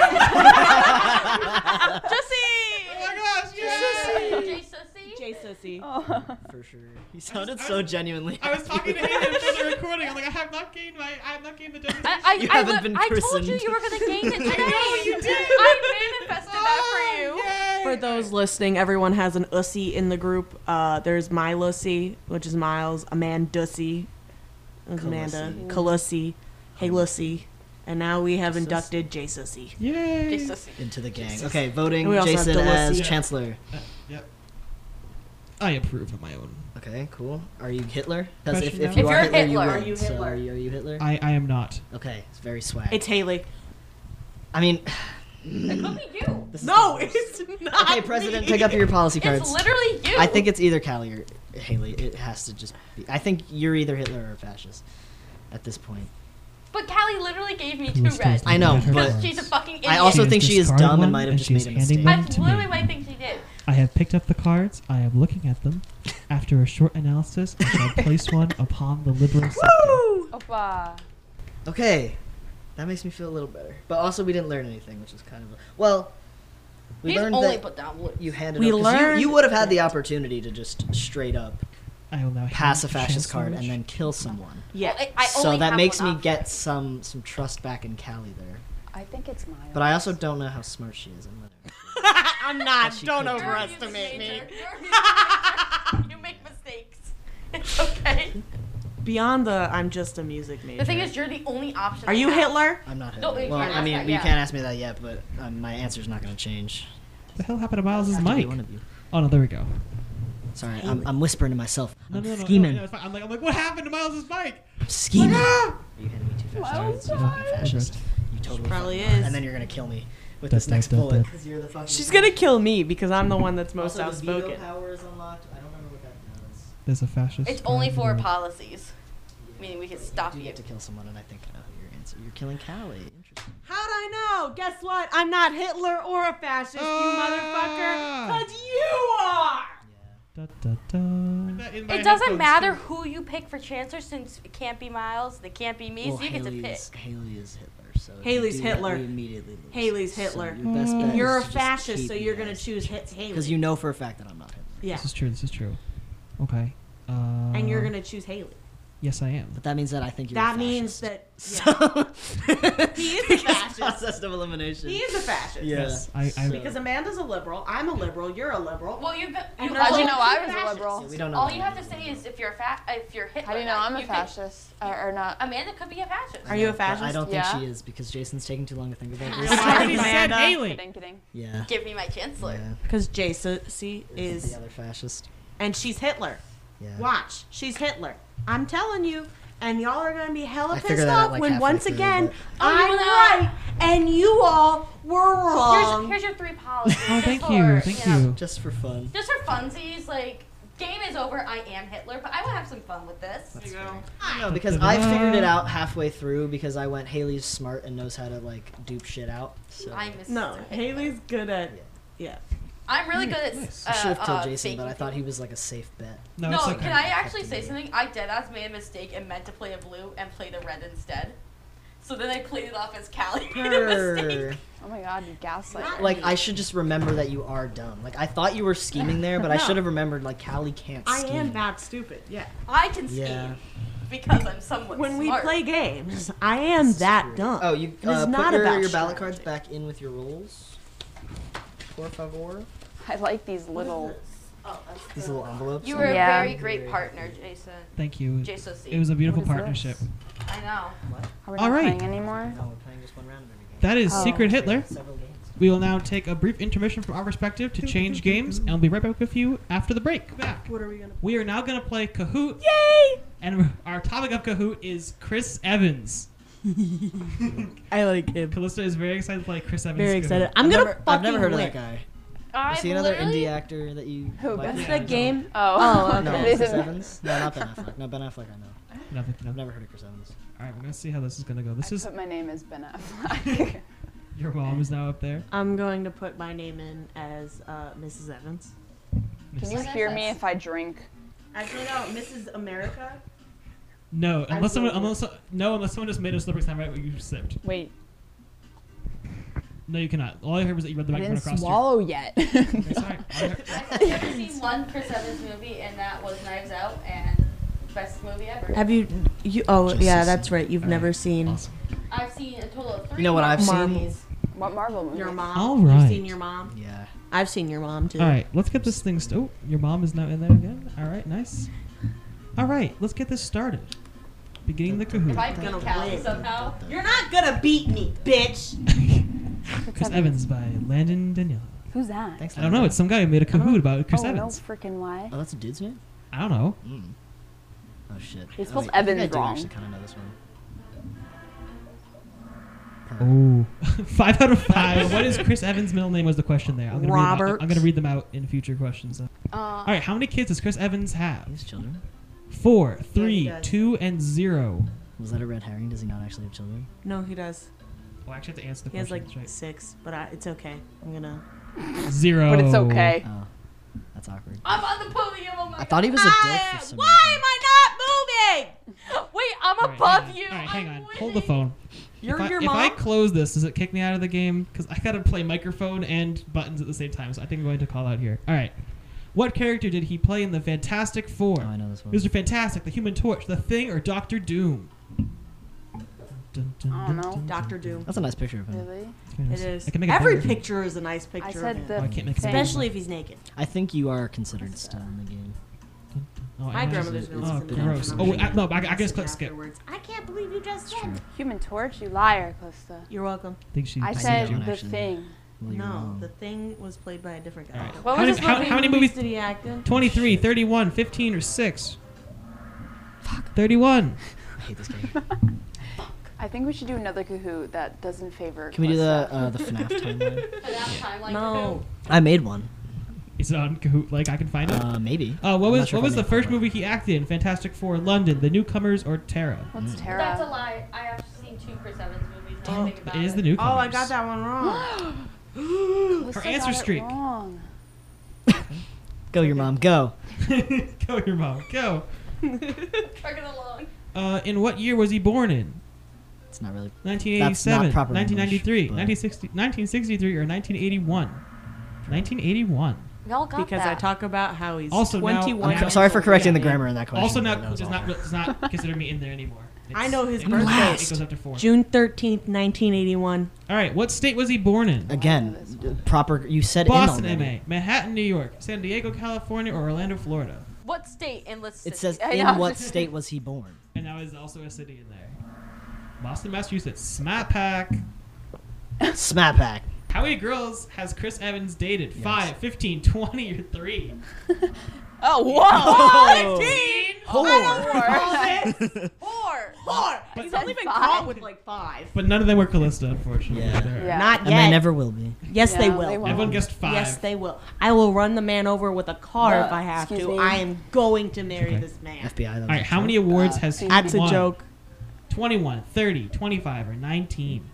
B: have an STD!
E: *laughs* Oh
F: Jay
B: Jesus-y.
C: for sure, he sounded so genuinely.
E: I was talking to him for the recording. I'm like, I have not gained my I have not gained the definition.
F: I, I,
C: *laughs* You
F: I,
C: haven't
F: li-
C: been
F: I told you
C: christened.
F: you were gonna gain
C: *laughs*
F: it today. I you did. I manifested
E: Oh,
F: that for you.
B: For those listening, everyone has an ussy in the group. Uh, there's my Lussy, which is Miles, Amandussy, there's Amanda, Calussy, Hey Lussy, and now we have inducted Jay Sussy.
E: Yay.
F: Jesus.
C: into the gang. Okay, voting
B: And we also have
C: Jason
B: to listen-
C: as
B: Yeah.
C: chancellor.
E: Uh, I approve on my own.
C: Okay, cool. Are you Hitler? Because if,
E: Question
C: if
E: now?
C: you
F: If
C: are
F: you're
C: Hitler, you
F: Hitler,
C: win.
F: are you
C: So
F: Hitler?
C: are you, are you Hitler?
E: I, I am not.
C: okay, it's very swag.
B: It's Haley.
C: I mean, *sighs*
F: It could be you.
C: this is
B: No,
C: the worst.
B: it's not.
C: *laughs* Okay, President,
B: me.
C: take up
B: *laughs*
C: your policy cards.
F: It's literally you.
C: I think it's either Callie or Haley. It has to just be. I think you're either Hitler or a fascist at this point.
F: But Callie literally gave me two
E: Callisto's
F: reds.
E: not
C: I know,
E: in her
C: but-
E: cards.
F: She's a fucking idiot.
C: I also
E: has
C: think she is
E: discarded
C: dumb
E: one,
C: and might have
E: and
C: just
E: she is
C: made a
E: handing
C: mistake.
E: one
F: I
E: to me.
F: literally might think she did.
E: I have picked up the cards. I am looking at them. After a short analysis, I shall place one upon the liberal sector.
G: Opa.
C: Okay, that makes me feel a little better. But also, we didn't learn anything, which is kind of a, well. We
F: He's
C: learned
F: only
C: that
F: put down blue.
C: you handed
B: We
C: up- 'cause
B: learned-
C: You, you would have had the opportunity to just straight up
E: I will now
C: pass a
E: hand
C: fascist card
E: Chancellor
C: and then kill someone.
B: Yeah.
F: Well, I, I
C: so
F: only
C: that
F: have
C: makes
F: one
C: me
F: option.
C: get some some trust back in Callie there.
G: I think it's Miles.
C: But I also don't know how smart she
B: *laughs*
C: is. I'm gonna-
B: I'm not.
C: She
B: Don't
C: could-
F: You're a
B: overestimate me.
F: human nature. You're a *laughs* human nature. You make mistakes. *laughs* It's okay.
B: Beyond the, I'm just a music major.
F: The thing is, you're the only option.
B: are
F: I
B: you
F: have.
B: Hitler?
C: I'm not Hitler.
F: No, you
C: well,
F: can't
C: I
F: ask
C: mean,
F: that,
C: you
F: yeah.
C: can't ask me that yet, but um, my answer's not going to change.
E: What the hell happened to Miles's
C: Have to be
E: mic?
C: One of you.
E: Oh no, there we go.
C: Sorry, I'm, I'm whispering to myself.
E: No,
C: I'm
E: no, no, no,
C: scheming.
E: no, it's fine. I'm like, I'm like, what happened to Miles's mic?
C: I'm scheming.
B: Ah!
C: you handed me too fast. You're fucking fascist. You totally
B: probably
C: fucking are.
B: is.
C: And then you're going to kill me with
E: Dun,
C: this next
E: dun, dun, dun.
C: bullet. Because you're the fucking.
B: She's gonna kill me because I'm the one that's most
C: also, the veto
B: outspoken.
C: power is unlocked. I don't remember what that does.
E: There's a fascist.
F: It's only
E: card
F: for
E: in the-
F: policies. Meaning we can
C: But
F: stop
C: you. do
F: you.
C: get to kill someone, and I think I know your answer. You're killing Callie. Interesting.
B: How'd I I know. Guess what? I'm not Hitler or a fascist, you motherfucker. Cause you are.
E: Da, da, da.
F: It doesn't matter who you pick for chancellor since it can't be Miles, it can't be me,
C: Well,
F: so you get to
C: Haley
F: pick.
C: is, Haley is Hitler. So if you
B: Haley's
C: do that,
B: Hitler.
C: we immediately lose.
B: Haley's
C: So
B: Hitler.
C: your best bet
B: And
C: is
B: you're
C: to
B: a
C: just
B: fascist,
C: keep
B: so you're
C: your
B: gonna
C: ass-
B: choose Hit- Haley.
C: Because you know for a fact that I'm not Hitler.
B: Yeah.
E: This is true. This is true. Okay. Uh,
B: And you're gonna choose Haley.
E: Yes, I am.
C: But that means that I think you're.
B: That
C: a
B: means
C: fascist.
B: that
C: *laughs* So
B: he is a
C: *laughs* Because
B: fascist.
C: process of elimination.
B: He is a fascist.
E: Yes. I. I
B: Because Amanda's a liberal, I'm a liberal, you're a liberal.
F: Well, you, got-
B: And
F: you
B: how'd
G: How'd
F: all
G: you know I
F: have
G: was
F: to
G: a
F: fascist.
G: liberal?
C: we don't know.
F: All you have to say is if you're a fa- if you're Hitler.
G: How do you know I'm a
F: you Could,
G: fascist or, or not?
F: Amanda could be a fascist.
B: Are you a
C: But I
B: fascist?
C: don't
G: Yeah.
C: think she is because Jason's taking too long to think
F: *laughs*
C: about
E: I
C: this.
E: already said
B: Amanda.
E: Haley.
G: Kidding, kidding.
C: yeah.
F: Give me my chancellor.
C: Yeah.
B: Because Jacy is,
C: the other fascist.
B: and she's Hitler.
C: Yeah.
B: Watch, she's Hitler. I'm telling you. And y'all are gonna be hella
C: I figured
B: pissed
C: that out,
B: off
C: like,
B: when
C: halfway
B: once
C: through,
B: again
C: but-
B: I'm
F: Oh, you know-
B: right and you all were wrong.
F: Here's, here's your three policies.
E: Oh,
F: just
E: thank
F: for,
E: you. Thank
F: know,
E: you.
C: Just for fun.
F: Just for funsies, like game is over. I am Hitler, but I want to have some fun with this.
H: There you go.
C: No, because I figured it out halfway through because I went Haley's smart and knows how to like dupe shit out. So
F: I'm Mrs.
B: no,
F: Hitler.
B: Haley's good at yeah.
F: I'm really good at.
E: Nice.
F: Uh,
C: I should have told
F: uh,
C: Jason, but
F: faking
C: I thought he was like a safe
F: *laughs*
C: bet.
E: No,
F: No,
E: it's okay.
F: can I actually
C: Fucking
F: say
C: idiot.
F: something? I deadass made a mistake and meant to play a blue and played a red instead. So then I played it off as Callie made a mistake.
C: Grr.
G: Oh my god, you gaslight.
C: Like I should just remember that you are dumb. Like I thought you were scheming there, but
B: *laughs*
C: I
B: No.
C: should have remembered like Callie can't
B: I
C: scheme.
B: am not stupid. Yeah.
F: I can scheme
C: Yeah.
F: because I'm somewhat
B: When we
F: smart.
B: play games, I am that dumb.
C: Oh, you
B: It is
C: uh, put
B: not
C: your,
B: about
C: your ballot cards
B: strategy.
C: back in with your rolls. Por favor.
G: I like these little.
F: oh, that's
C: These
F: good.
C: little envelopes.
F: You were
G: Yeah.
F: a very great partner, Jason.
E: Thank you.
F: Jason C.
E: It was a beautiful
G: What is
E: partnership.
G: this?
F: I know.
G: Are we
E: All
G: not
E: right.
G: playing anymore?
C: No, Oh, we're playing just one round of every game.
E: That is
G: Oh.
E: Secret Hitler.
C: Several games.
E: We will now take a brief intermission from our perspective to change games, and we'll be right back with you after the break. Back.
B: What are we gonna?
E: We are now going to play Kahoot,
B: Yay!
E: and our topic of Kahoot is Chris Evans.
B: I like him.
E: Callista is very excited to play Chris Evans.
B: Very
E: Kahoot.
B: excited. I'm gonna
C: never,
B: fucking
C: I've never heard
B: win.
C: of that guy.
F: I've
C: Is he another
F: literally-
C: indie actor that you?
G: Who,
C: like?
G: Ben?
B: That game.
G: *laughs* Oh,
B: Oh,
C: No,
B: okay.
C: Chris
G: This is-
C: Evans. No, not Ben Affleck. No, Ben Affleck. I know.
E: Nothing,
C: I've
E: nothing.
C: never heard of Chris Evans.
E: All right, we're going to see how this is going to go. This is
G: Put my name as Ben *laughs* Affleck.
E: your mom is now up there.
B: I'm going to put my name in as uh, Mrs. Evans.
G: Can you hear me if I drink?
B: Actually, no, Mrs. America.
E: No, unless someone,
B: will-
E: unless no, unless someone just made a slippery sound right when you sipped.
G: Wait,
E: No, you cannot. All I heard was that you read the
G: I
E: microphone across.
G: didn't
E: your-
G: swallow yet.
E: That's all right. All I
F: *laughs*
E: heard-
F: I've never seen one Chris Evans movie, and that was Knives Out, and best movie ever.
B: Have you? You? Oh,
C: Just
B: yeah,
C: as-
B: that's right. You've
E: all
B: never
E: right,
B: seen
E: awesome.
F: I've seen a total of three.
C: You know what I've
B: Marvel.
C: seen?
G: what Marvel movie?
B: your mom.
E: All
B: You've
E: right.
B: seen your mom.
C: Yeah.
B: I've seen your mom too.
E: All right, let's get this thing. St- oh, your mom is now in there again. All right, nice. All right, let's get this started. Beginning the
F: If
E: Kahoot.
F: I beat
B: Gonna
F: Callie
B: win.
F: somehow,
C: uh,
B: You're not gonna beat me, bitch.
E: Chris Evans by Landon Danielle.
G: Who's that?
C: Thanks.
E: I don't know. It's some guy who made a Kahoot about Chris
G: oh
E: Evans.
G: no, freaking why?
C: Oh, that's a dude's name.
E: I don't know.
C: Mm. Oh shit.
G: He
C: Oh,
G: spells
C: wait, I think
G: Evans
C: I do
G: wrong.
C: actually kind of know this one.
E: Oh, *laughs* five out of five. what is Chris Evans' middle name? Was the question there? I'm gonna read them out-
B: Robert.
E: I'm gonna read them out in future questions. All
F: uh,
E: right, how many kids does Chris Evans have?
C: These children.
E: Four, three,
B: does.
E: two, and zero.
C: Was that a red herring? Does he not actually have children?
B: No, he does.
E: Well, Oh, I actually have to answer the
B: He has
E: question.
B: like
E: that's
B: six, but I, it's okay. I'm gonna.
E: right. Zero.
G: But it's okay.
C: Oh, that's awkward.
F: I'm on the podium. Oh my
C: I thought he was a
F: God.
C: dick for some
F: Why am I not moving? Wait, I'm
E: All right,
F: above
E: hang on.
F: you.
E: All right, hang
F: I'm
E: on. Hold the
F: winning.
E: phone.
B: You're
E: if I,
B: your
E: if
B: mom.
E: I close this, does it kick me out of the game? Because I gotta play microphone and buttons at the same time, so I think I'm going to call out here. All right. What character did he play in the Fantastic Four?
C: Oh, I know this one.
E: Mr. Fantastic, the Human Torch, the Thing, or Doctor Doom? Dun, dun,
G: I don't
E: dun,
G: know.
E: dun,
B: Doctor
E: dun,
B: Doom.
C: That's a nice picture of him.
G: Really?
E: dun.
B: It is.
E: I can make a
B: Every
E: better-
B: picture is a nice picture.
G: I
B: of
G: said
B: him.
G: the.
E: Oh, I can't make a
G: thing.
E: sound.
B: especially if he's naked.
C: I think you are considered still in the game.
E: Oh,
B: My
E: I-
B: grandmother's gonna
E: Oh,
B: listen to that.
E: gross.
B: and
E: Oh,
B: I'm
E: wait,
B: gonna
E: I, no, I, I
B: message
E: just click
B: her
E: skip.
B: afterwards. I can't believe you just
C: It's true.
B: said.
G: Human Torch, you liar, Calista.
B: You're welcome.
E: I think she.
G: I
E: she
G: said
E: did.
C: don't
G: the
C: actually.
G: thing.
C: Well, you're
B: no,
C: wrong.
B: the thing was played by a different guy.
E: All right.
B: What
E: How many-
B: was his
E: how-
B: movie-
E: how many movies-
B: did he act in?
E: 23, 31, 15, or 6. Fuck. 31.
C: I
B: *laughs*
C: hate this game.
G: I think we should do another Kahoot that doesn't favor.
C: Can we do the
G: Calista.
C: uh, the FNAF timeline?
F: For that time, like,
B: No.
C: I made one.
E: Is it on Kahoot? Like, I can find it?
C: Uh, maybe.
E: Uh, what
C: I'm not
E: was
C: sure
E: what
C: if
E: was
C: I
E: the
C: made
E: first
C: one.
E: movie he acted in? Fantastic Four, London, The Newcomers, or Terra?
C: Mm.
G: What's Tara?
F: That's a lie. I have seen two Chris Evans movies. anything about
E: It is
F: it.
E: the newcomers.
B: Oh, I got that one wrong.
E: Her
G: Calista
E: answer
G: got it
E: streak.
G: wrong.
C: Go, your mom. Go.
E: *laughs* go, your mom. Go.
F: Trucking along.
E: Uh, in what year was he born in?
C: It's not really. That's
E: 1987,
C: not proper
E: 1993,
C: English, but-
E: 1960, 1963, or 1981. 1981.
F: Y'all got
B: because I
F: that.
B: talk about how he's
E: Also, now-
B: 21.
E: I'm
C: I'm
E: Yeah.
C: co- sorry for correcting
E: Yeah.
C: the grammar in that question.
E: also,
C: but that
E: not
C: was
E: does
C: all
E: not
C: right.
E: does
C: *laughs*
E: not consider me in there anymore.
B: I know his
E: it goes-
B: birthday.
E: It goes up to four.
B: June 13th, 1981.
E: All right, what state was he born in?
C: Again, d- proper. You said
E: Boston,
C: in already.
E: MA, Manhattan, New York, San Diego, California, or Orlando, Florida.
F: What state in the city?
C: It says
F: I
C: in
F: know.
C: what state was he born?
E: And now is also a city in there. Boston, Massachusetts. Smat Pack.
C: Smack back.
E: How many girls has Chris Evans dated? Five, fifteen, twenty, or 3? *laughs*
G: Oh, whoa!
F: Four.
E: But,
B: He's only been
G: five.
B: caught with like five.
E: but none of them were Callista, unfortunately.
C: Yeah.
E: They're-
G: Yeah.
B: Not
C: And
B: yet.
C: they never will be.
B: yes, they
G: Yeah,
B: will.
G: they won't.
E: Everyone guessed five.
B: Yes, they will. I will run the man over with a car
G: But,
B: if I have to.
G: excuse me.
B: I am going to marry
E: Okay.
B: this man.
C: FBI. That was
E: All right,
C: a
E: how
C: joke.
E: many *laughs* awards
G: Uh,
E: has he
B: That's a
E: won?
B: joke.
E: 21, 30, 25, or
B: *laughs*
E: 19?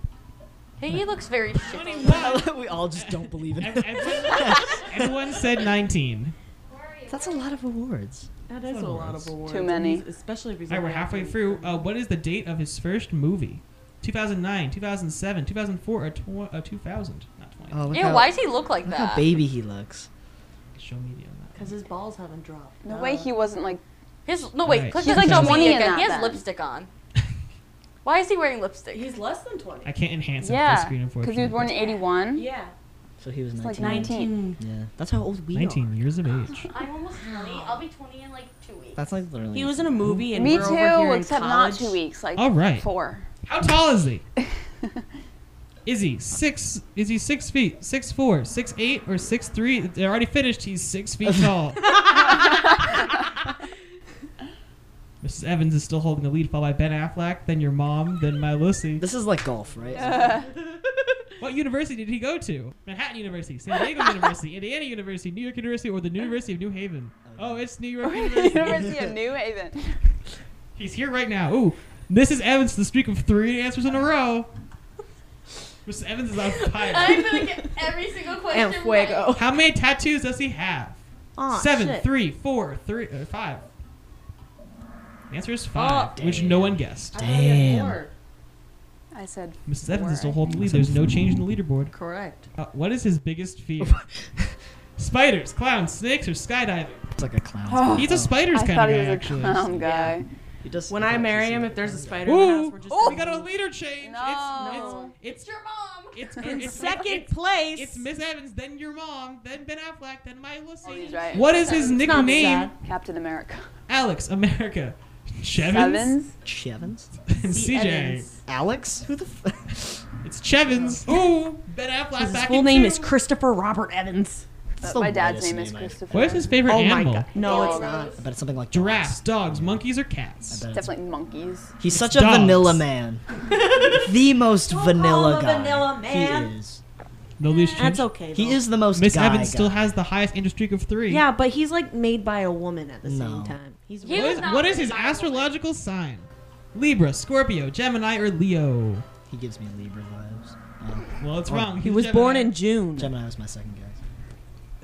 F: Hey, he looks very shitty.
C: *laughs* we all just don't believe in
E: Ev-
C: it.
E: Everyone, everyone said 19.
C: That's a lot of awards.
B: That is a lot of awards.
G: Too many.
B: He's- Especially if he's
E: All right, we're
B: only
E: halfway
B: acting.
E: through. Uh, what is the date of his first movie? 2009, 2007, 2004, or tw- uh, 2000? Not 20.
C: Oh, look
F: Ew,
C: how,
F: why does he look like
C: look
F: that?
C: how baby he looks.
E: Show media on that.
B: Because his balls haven't dropped. Uh,
G: No way he wasn't like.
F: His no wait,
E: Alright,
F: click
E: He's
F: he's
E: like
F: like
G: 20 in
F: again.
G: that
F: He has
G: then.
F: lipstick
C: *laughs*
F: on. Why is he wearing lipstick?
B: He's less than 20.
E: I can't enhance it for
G: Yeah.
E: screen, unfortunately.
G: Because he was born in 81.
B: Yeah.
C: So he was 19.
G: like 19.
C: Yeah, that's how old we
E: 19
C: are.
E: years of
G: *laughs*
E: age.
F: I'm almost twenty. I'll be twenty in like two weeks.
C: That's like literally.
B: He was in a movie and
G: Me
B: we're over
G: too,
B: here
G: except
B: in
G: not
B: college.
G: two weeks. Like
E: All right.
G: four.
E: How tall is
G: *laughs*
E: he? Is he six? Is he six feet, six four, six eight, or six three? They already finished. He's six feet
G: *laughs*
E: tall. *laughs* Mrs. Evans is still holding the lead, followed by Ben Affleck, then your mom, then my Lucy.
C: This is like golf, right?
E: What university did he go to? Manhattan University, San
G: *laughs*
E: Diego University, Indiana University, New York University, or the University of New Haven? Oh, it's New
G: *laughs*
E: York University.
G: University of New Haven.
E: He's here right now. Ooh, Mrs. Evans, the streak of three answers in a row. Mrs. Evans is on
G: *laughs* Uh,
E: fire.
F: I'm gonna get every
C: *laughs*
F: single question.
B: And Fuego.
E: How many tattoos does he have?
B: Aw,
E: Seven,
B: shit.
E: three, four, three, uh, five. The answer is five, which no one guessed.
C: Damn.
G: I *laughs* said.
E: Mrs. Evans is still holding the lead. There's no change in the leaderboard.
B: Correct.
E: Uh, what is his biggest
G: *laughs*
E: fear? Spiders, clowns, snakes, or skydiving?
C: It's like a clown.
E: He's a spiders
G: Oh, I
E: kind of
G: thought he
E: guy,
G: was a
E: actually.
G: clown guy.
C: He does-
B: When
C: okay,
B: I marry
C: see
B: him,
C: it.
B: if there's a spider in the
E: Ooh,
B: house, we're just
E: Ooh, we
B: gonna
E: got a leader change.
G: No.
E: It's, it's,
F: Your mom.
E: it's, it's,
B: in
E: it's-
B: second
E: it's-
B: place.
E: It's Miss Evans, then your mom, then Ben Affleck, then my
G: Oh, he's
E: Lucy.
G: right.
E: What is his
B: It's not
E: nickname?
B: sad.
G: Captain America.
E: Alex, America, Chevins,
G: Sevens.
E: *laughs*
C: Chevins?
E: and CJ.
B: Evans. Oh.
C: Alex? Who the f- *laughs*
E: It's Chevins. Ooh, Ben Affleck
B: His
E: back
B: full
E: in
B: name
E: two.
B: is Christopher Robert Evans.
C: That's
G: But
C: the
G: my dad's
C: lightest
G: name is
C: I-
G: Christopher.
E: What is his favorite
B: oh
E: animal?
B: my god. No, it's not.
C: I bet it's something like
E: Giraffes,
C: dogs.
E: dogs, monkeys, or
C: I
E: cats?
C: bet it's-
G: Definitely monkeys.
C: He's such a
E: dogs. *laughs*
C: vanilla man. the most
B: him
C: vanilla
B: a
C: guy.
B: vanilla man.
C: He is.
E: No loose change.
B: That's okay. though.
C: He is the most
E: Miss
C: guy
E: Evans
C: guy.
E: still has the highest inter streak of three.
B: Yeah, but he's like made by a woman at the
C: No.
B: same time. He's
F: He
E: What is,
F: was not
E: what is
F: really
E: his
F: my woman.
E: astrological sign? Libra, Scorpio, Gemini, or Leo?
C: He gives me Libra vibes. Oh.
E: Well, it's wrong.
B: he
E: He's
B: was
E: Gemini.
B: born in June.
C: Gemini was my second
G: *laughs*
C: guess.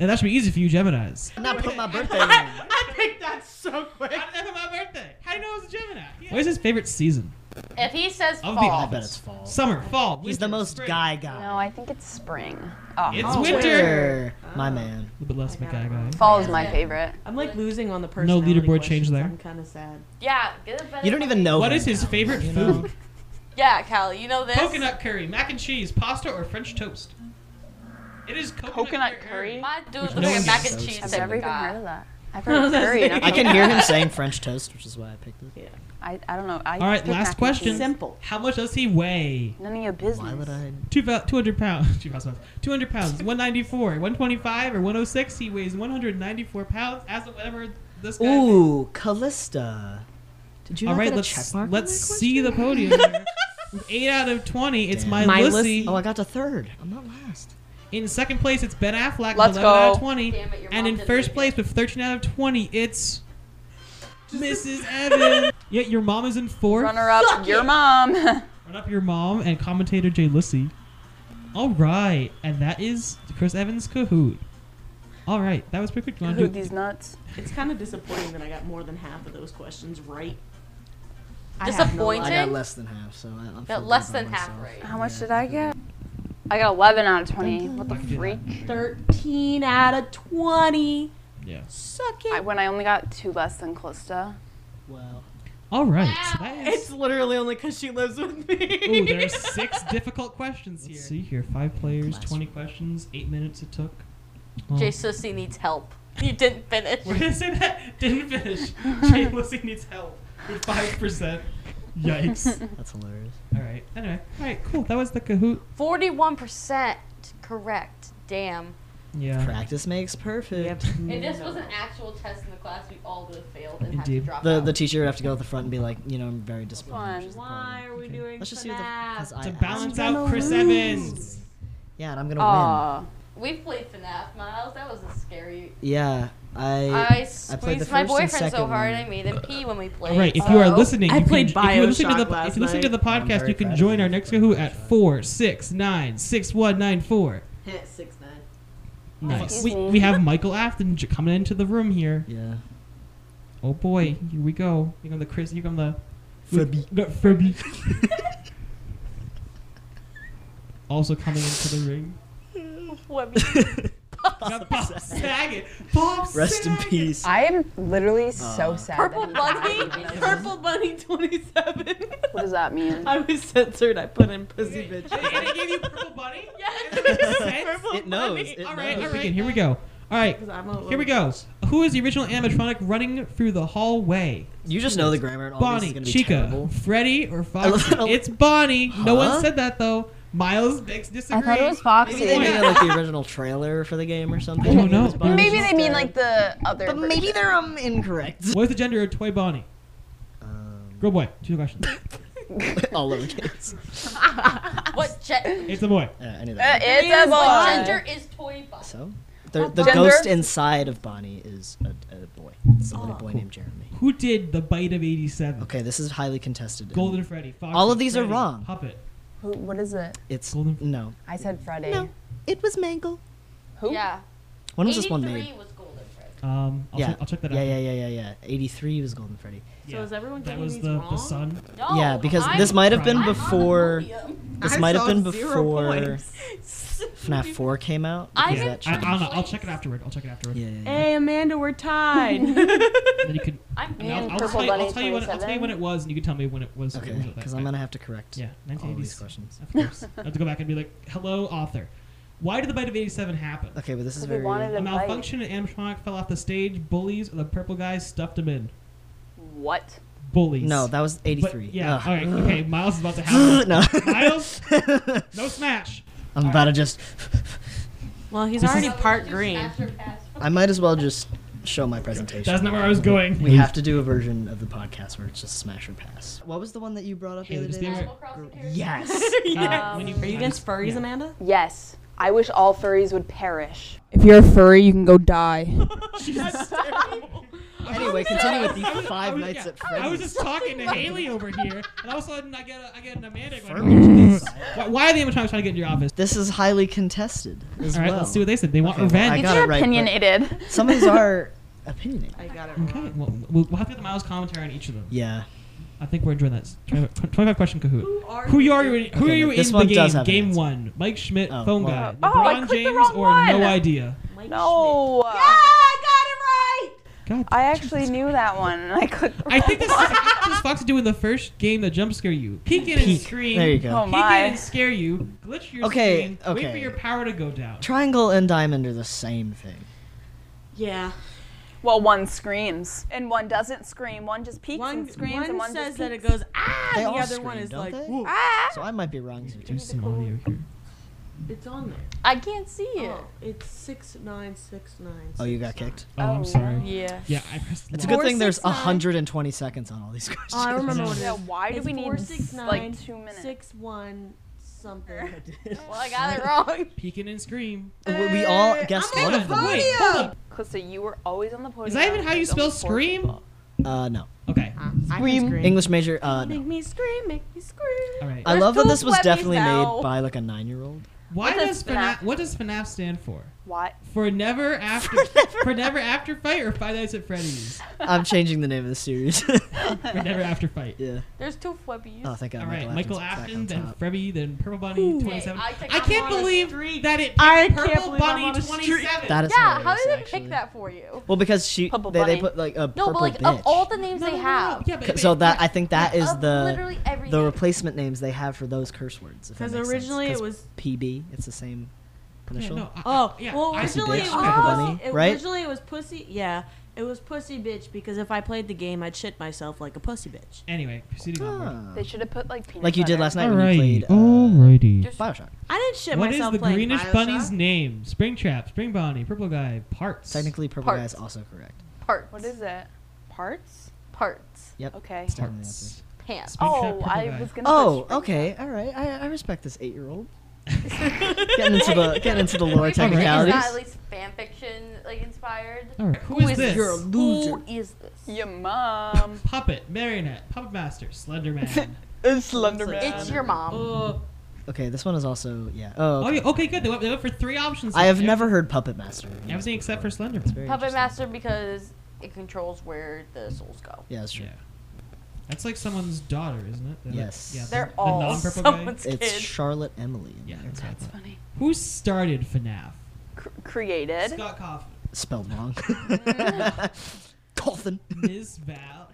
E: And that should be easy for you, Geminis.
C: Not put my birthday in.
E: *laughs*
B: I think that's so quick.
E: How did that my birthday? How do you know it was a Gemini? What is his favorite season?
F: If he says
E: Of the
C: I
F: fall,
E: office.
C: bet it's fall.
E: Summer, fall.
C: He's
E: winter,
C: the most
E: spring.
C: guy guy.
G: No, I think it's spring. Oh,
E: It's
B: Oh,
E: winter.
C: Sure. My man.
E: A little bit less of a guy guy.
G: fall is my favorite.
B: I'm like losing on the person.
E: No leaderboard change there.
B: I'm kind of sad.
F: yeah, get a better.
C: You don't even know.
E: What
C: him
E: is
C: *laughs*
E: his
C: now,
E: favorite
C: you know?
E: food?
F: Yeah, Callie, you know this.
E: coconut curry, mac and cheese, pasta, or French toast? It is coconut,
G: Coconut curry?
F: My dude looks
E: no
F: like
E: one
F: a mac
E: gets
F: and
C: those.
F: cheese
G: I've
C: Said
G: never
F: type of
G: even heard
F: guy.
G: of that.
C: *laughs*
G: I've heard curry. and I've
C: I
G: heard
C: can hear him
G: that.
C: saying French toast, which is why I picked it.
G: I, I don't know. I
E: All right,
G: picked
E: last
G: mac and
E: question.
G: cheese.
B: Simple.
E: How much does he weigh?
G: None of your business.
C: Why would I?
E: Two fou- 200 pounds. *laughs* 2,000 pounds. 200 pounds. 194, 125, or 106. He weighs 194 pounds as of whatever this guy weighs.
C: Ooh, Callista. Did you
E: All
C: not
E: right,
C: get a
E: let's
C: check mark?
E: let's see the podium.
C: *laughs*
E: here. With Eight out of twenty, it's
C: Damn.
E: my,
B: My
E: Lucy.
B: Lucy.
C: Oh, I got to third. I'm not last.
E: In second place, it's Ben Affleck
G: Let's
E: with eleven out of
G: go.
E: twenty,
F: Damn it, your
E: and
F: mom
E: in
F: didn't
E: first
F: make
E: place with thirteen out of twenty, it's *laughs* Mrs. Evans. Yet your mom is in fourth.
G: Runner up, your mom. *laughs*
E: Run Up Your Mom and commentator Jay Lissy. All right, and that is Chris Evans' Kahoot. All right, that was pretty quick. You wanna
G: Who
E: do-
G: these nuts?
B: It's kind of disappointing that I got more than half of those questions right.
C: I
F: Disappointing.
C: got less than half, so I, I'm
F: Got
C: feel
F: less
C: good about
F: than half
C: myself.
F: right.
G: How much did I get? I got 11 out of 20. What the
E: I can do that.
G: freak?
B: 13 out of 20.
E: Yeah.
B: Suck it.
G: I, when I only got two less than Calista.
F: *laughs*
C: Well,
E: All right. So that
B: it's
E: is.
B: literally only because she lives with
E: *laughs* Ooh,
B: me.
E: there
F: *laughs*
E: are
B: *laughs*
E: six difficult questions here. see here, five players,
C: Last
E: twenty questions, eight minutes it took.
C: Oh.
F: Jay Sussy needs help. *laughs* You didn't finish.
E: We're gonna say that didn't finish. Jay Lissy needs help with five percent. Yikes.
C: that's *laughs* hilarious.
E: All right. Anyway. All right. Cool. That was the Kahoot.
F: Forty-one percent correct. Damn.
E: Yeah.
C: Practice makes perfect.
F: If this was an actual test in the class, we all would have failed and had
E: Indeed.
F: to drop
C: *laughs* The
F: out.
C: the teacher would have to go to the front and be like, you know, I'm very disappointed.
G: Fun.
C: Just
B: Why
C: probably-
B: are we doing
C: Let's just see what the
B: FNAF?
C: because I
E: to
C: asked.
E: balance out Chris Evans.
C: Yeah, and I'm gonna
G: Aw.
F: we played FNAF, Miles. That was a scary.
C: win. Yeah, I
F: I
C: I played the
F: squeezed my
C: first and
F: boyfriend so
C: second
F: hard
C: one.
F: I made him pee when we played.
E: All right. If you are
G: Oh.
E: listening,
B: I
E: you
B: played
E: can, if you listen to
B: Bioshock
E: the if
B: last
E: you listen to the
C: night. I'm
E: podcast,
C: very
E: you can
C: proud of
E: join
C: you
E: our next
C: for that.
E: Kahoot at four six nine six one nine four.
B: Six nine.
E: Nice.
G: Excuse
E: We,
G: me.
E: we have Michael Afton j- coming into the room here. *laughs*
C: yeah. *laughs*
E: Oh boy, here we go. Here come the Chris. Here come the Febby. Febby. also coming into the
B: *laughs*
E: ring. Not Bob Saget. Bob
C: Rest in
E: Saget.
C: peace.
G: I am literally so sad.
F: Purple
G: that he died.
F: Bunny.
B: Purple Bunny 27.
G: What does that
B: *laughs*
G: mean?
B: I was censored. I put in pussy
C: *laughs*
E: Wait,
B: bitch.
E: And it gave you purple bunny.
B: Yes.
C: It knows. It
E: All right,
C: knows.
E: all right. Here we go. All right,
B: I'm a
E: here we go. Who is the original animatronic running through the hallway?
C: You just know the grammar and all
E: Bonnie,
C: this is gonna be
E: Chica,
C: terrible.
E: Freddy, or
C: love
E: Foxy?
C: how-
E: It's Bonnie. No one
C: Huh?
E: said that though. Miles Bix
G: I
E: disagreed.
G: thought it was Foxy.
C: Maybe they made it like the original trailer for the game or something.
E: don't know.
C: Bonnie
G: Maybe
C: just,
G: they mean
C: uh,
G: like the other.
C: But maybe
G: version.
C: they're um incorrect.
E: What's the gender of toy Bonnie? *laughs*
C: Um,
E: Girl, boy. Two questions.
C: all lowercase.
F: What, ge-
E: it's a boy.
C: Uh, I knew
G: Uh,
C: that.
G: it's a
F: what
G: boy.
F: gender is Toy Box?
C: so the, the
G: Gender?
C: ghost inside of Bonnie is a, a boy. It's a little
E: Oh,
C: boy named Jeremy.
E: Who did the bite of '87?
C: Okay, this is highly contested.
E: Golden Freddy. Foxy,
C: All of these are
E: Freddy,
C: wrong.
E: Puppet.
G: Who, what is it?
C: It's
E: Golden-
C: no.
G: I said Friday.
C: No. It was Mangle.
G: Who?
F: Yeah.
C: When was this one
F: 83
C: made?
F: was Golden Fred.
E: Um, I'll,
C: yeah,
E: check, I'll check that
C: yeah,
E: out.
C: yeah, yeah, yeah, yeah. Eighty-three was Golden Freddy.
B: So is everyone
E: That
B: getting
E: was
B: these
E: the
B: wrong?
E: the sun.
F: No,
C: yeah, because
F: I'm-
C: this might have been
E: I'm
F: I'm on the
C: before.
F: podium.
C: This
B: I
C: might have
B: saw
C: been
B: zero
C: before
B: points.
C: FNAF 4 came out.
F: I'm
C: because
F: in
C: that
E: I, I
C: changed.
E: don't know. I'll check it afterward. I'll check it afterward.
C: Yeah, yeah, yeah.
B: Hey, Amanda, we're tied.
E: And then you could.
F: I'm
E: and I'll,
G: Mm,
E: I'll,
G: Purple
E: tell you, I'll
G: Bunny
E: tell you when. I'll tell you
G: 27.
E: when it was, and you can tell me when it was.
C: Okay,
E: when it was
C: because I'm
E: back.
C: gonna have to correct
E: Yeah,
C: all these
E: 1986.
C: questions.
E: Of course. I have to go back and be like, "Hello, author. Why did the bite of '87 happen?
C: Okay, but this is
G: Because we
C: very.
G: wanted
E: A
G: The bite.
E: malfunction and animatronic fell off the stage. Bullies or the purple guys stuffed him in.
G: What?
E: Bullies.
C: No, that was
E: But-
C: 83.
E: yeah.
C: Ugh.
E: All right.
C: *gasps*
E: Okay.
C: *laughs*
E: Miles is about to have. it.
C: no. *laughs*
E: Miles, no smash.
C: I'm about to just. *laughs*
B: well, he's
E: This
B: already
E: is-
B: part green. *laughs*
F: After pass.
C: I might as well just show my presentation.
E: That's not where I was going. *laughs*
C: we have to do a version of the podcast where it's just smash or pass. What was the one that you brought up
E: Hey,
C: the
E: just the
C: other day?
E: Amer-
F: Animal Crossing character.
C: Yes.
E: *laughs*
B: *laughs*
E: when
B: Are you against furries,
E: Yeah.
B: Amanda?
G: Yes. I wish all furries would perish. If you're a furry, you can go die.
C: anyway, continue with the
E: I
C: Five
E: was-
C: Nights
E: yeah,
C: at Freddy's.
E: I was just talking to Haley over here, and all of a sudden I get a, I get an Amanda going. *laughs* why, why are the animatronics trying to get in your office?
C: This is highly contested as
E: All right,
C: well.
E: let's see what they said. They want
C: Okay, well, I
E: revenge.
C: got it right. but
G: opinionated.
C: Some of these *laughs* are
E: *laughs*
C: opinionated.
B: I got it
E: okay, well, we'll, we'll have to get the Miles commentary on each of them.
C: Yeah.
E: I think we're enjoying that. s- 25 twenty-five question Kahoot.
B: are
E: Who you are you? In, who
C: Okay,
E: are you
C: this
E: in
C: one
E: the
C: does
E: game?
C: have an
E: Game
C: answer.
E: one: Mike Schmidt,
C: Oh,
E: phone
C: well.
E: guy,
G: Oh, I
E: LeBron
G: clicked the
E: James,
G: wrong
E: or no
G: one.
E: idea.
B: Mike Schmidt.
G: No.
F: I
E: God,
G: I actually knew that one. and I clicked.
E: I think this, this is Fox doing the first game that jump scare you. Peek in and
C: Peek.
E: scream.
C: There you go.
G: Oh
E: Peek in
G: my.
E: and scare you. Glitch your
C: Okay,
E: screen. Wait for
C: okay.
E: your power to go down.
C: Triangle and diamond are the same thing.
B: Yeah.
G: Well, one screams and one doesn't scream. One just peeks
B: One,
G: and screams,
B: one,
G: and one
B: says
G: just
B: that it
G: peeks.
B: goes ah,
C: They
B: the
C: all
B: other
C: scream,
B: one is
C: don't
B: like,
C: they?
B: "Woo."
G: Ah!
C: So I might be wrong. too.
E: There's some audio here.
B: it's on there.
F: got it right. I can't see it.
B: Oh, it's six nine six nine.
C: Oh, you got kicked.
E: Oh, I'm sorry.
F: Yeah.
E: Yeah, I pressed.
C: It's a
E: lock.
C: good thing there's
B: 469.
C: 120 seconds on all these *laughs* questions.
B: Oh, I remember what it
G: Yeah,
B: is.
G: why do
B: It's
G: we need
B: four, six, nine,
G: like two minutes?
B: Six one *laughs* something.
F: Well, I got
B: *laughs*
F: it wrong.
E: Peek in and scream.
C: We- we all guessed
E: Hold
C: one
E: on,
C: of them.
E: Wait, hold on.
G: Calista, you were always on the podium.
E: Is that even how you
G: Don't
E: spell
G: force
E: scream?
G: people.
C: Uh, no.
E: Okay.
B: Scream.
C: English major. Uh, no.
B: Make me scream, make me scream.
E: All right.
C: I love that this was
F: Goosebumpies
C: definitely
F: now.
C: made by like
F: *laughs*
C: a nine-year-old.
E: Why
F: What
E: does
F: does
E: FNAF,
F: FNAF
E: what does FNAF stand for?
G: What?
E: For never after *laughs* for never, after fight or Five Nights at Freddy's?
C: I'm changing the name of
F: *laughs*
C: the series. *laughs*
E: For never after fight.
C: yeah.
F: There's two flubbies.
C: Oh, thank God.
E: All right,
C: Michael
E: Michael
C: Afton's
E: Afton,
C: back on
E: then
C: top.
E: Freddy, then Purple Bunny, twenty-seven.
F: I
E: I,
F: think I'm
E: can't
F: on a
E: believe
F: streak.
E: that it
B: I
E: picked
B: can't
E: Purple
B: believe I'm on
E: Bunny
B: a streak.
E: twenty-seven.
C: That is
F: Yeah, how
C: hilarious,
F: did they
C: actually.
F: pick that for you?
C: Well, because she
F: Purple
C: they, they
F: Bunny.
C: put like a
F: No,
C: purple
F: but like
C: bitch.
F: of all the names they have,
E: Yeah, but,
C: so
E: but-
C: that I think that is
F: of
C: the
F: literally every
C: the
F: name.
C: replacement names they have for those curse words. if that
B: Because
C: makes sense.
B: originally it
C: 'Cause
B: was.
C: PB. It's the same
E: yeah,
C: initial.
E: no, I-
B: Oh,
E: yeah,
B: well,
E: I-
C: Pussy
B: originally
C: bitch,
B: it
C: Purple
B: was.
C: Bunny,
B: it-
C: right?
B: Originally it was pussy. Yeah, it was pussy bitch because if I played the game, I'd shit myself like a pussy bitch.
E: Anyway, proceeding on.
C: Ah.
G: They should have put like peanut
C: Like you did
G: butter.
C: last night when you played uh, Bioshock.
B: I didn't shit
E: What is
B: myself
E: the
B: playing
E: greenish
B: Bioshock.
E: bunny's name? Springtrap, Spring Bunny, Purple Guy, Parts.
C: Technically, Purple Guy is also correct.
F: parts.
G: What is it?
F: parts?
G: Parts.
C: Yep.
G: Okay.
C: It's definitely
E: Parts.
F: Pants.
G: Oh,
E: Purple
G: I
E: Guy.
G: was gonna.
C: Oh,
G: put
C: okay, all right. I, I respect this eight-year-old. getting into the getting into the lore
F: Wait, but
C: technicalities.
F: Is that at least fan fiction like inspired?
E: All right, who
F: Who
E: is
F: is
E: this?
B: You're a loser.
F: Who is this?
G: Your mom.
E: Puppet, marionette, puppet master,
C: *laughs*
E: Slenderman.
G: it's Slenderman.
F: It's your mom.
E: oh,
C: Okay, this one is also yeah. Oh,
E: oh,
C: okay.
E: yeah, okay, good. They went, they went for three options.
C: I
E: there.
C: have
E: Every-
C: never heard Puppet Master.
E: Everything except for Slenderman.
C: It's very
F: Puppet
C: interesting.
F: Master because it controls where the souls go.
C: Yeah, that's true.
E: Yeah. That's like someone's daughter, isn't it? They're like-
C: Yes.
E: yeah, the-
F: They're
E: the
F: all
E: non-purple guy?
F: someone's
C: It's
F: kids.
C: Charlotte Emily. In
E: Yeah,
C: there.
E: that's what I thought.
G: funny.
E: Who started FNAF?
G: C- created.
E: Scott
C: *laughs*
E: Coffin.
C: Spelled wrong. Coffin.
E: Ms. Val.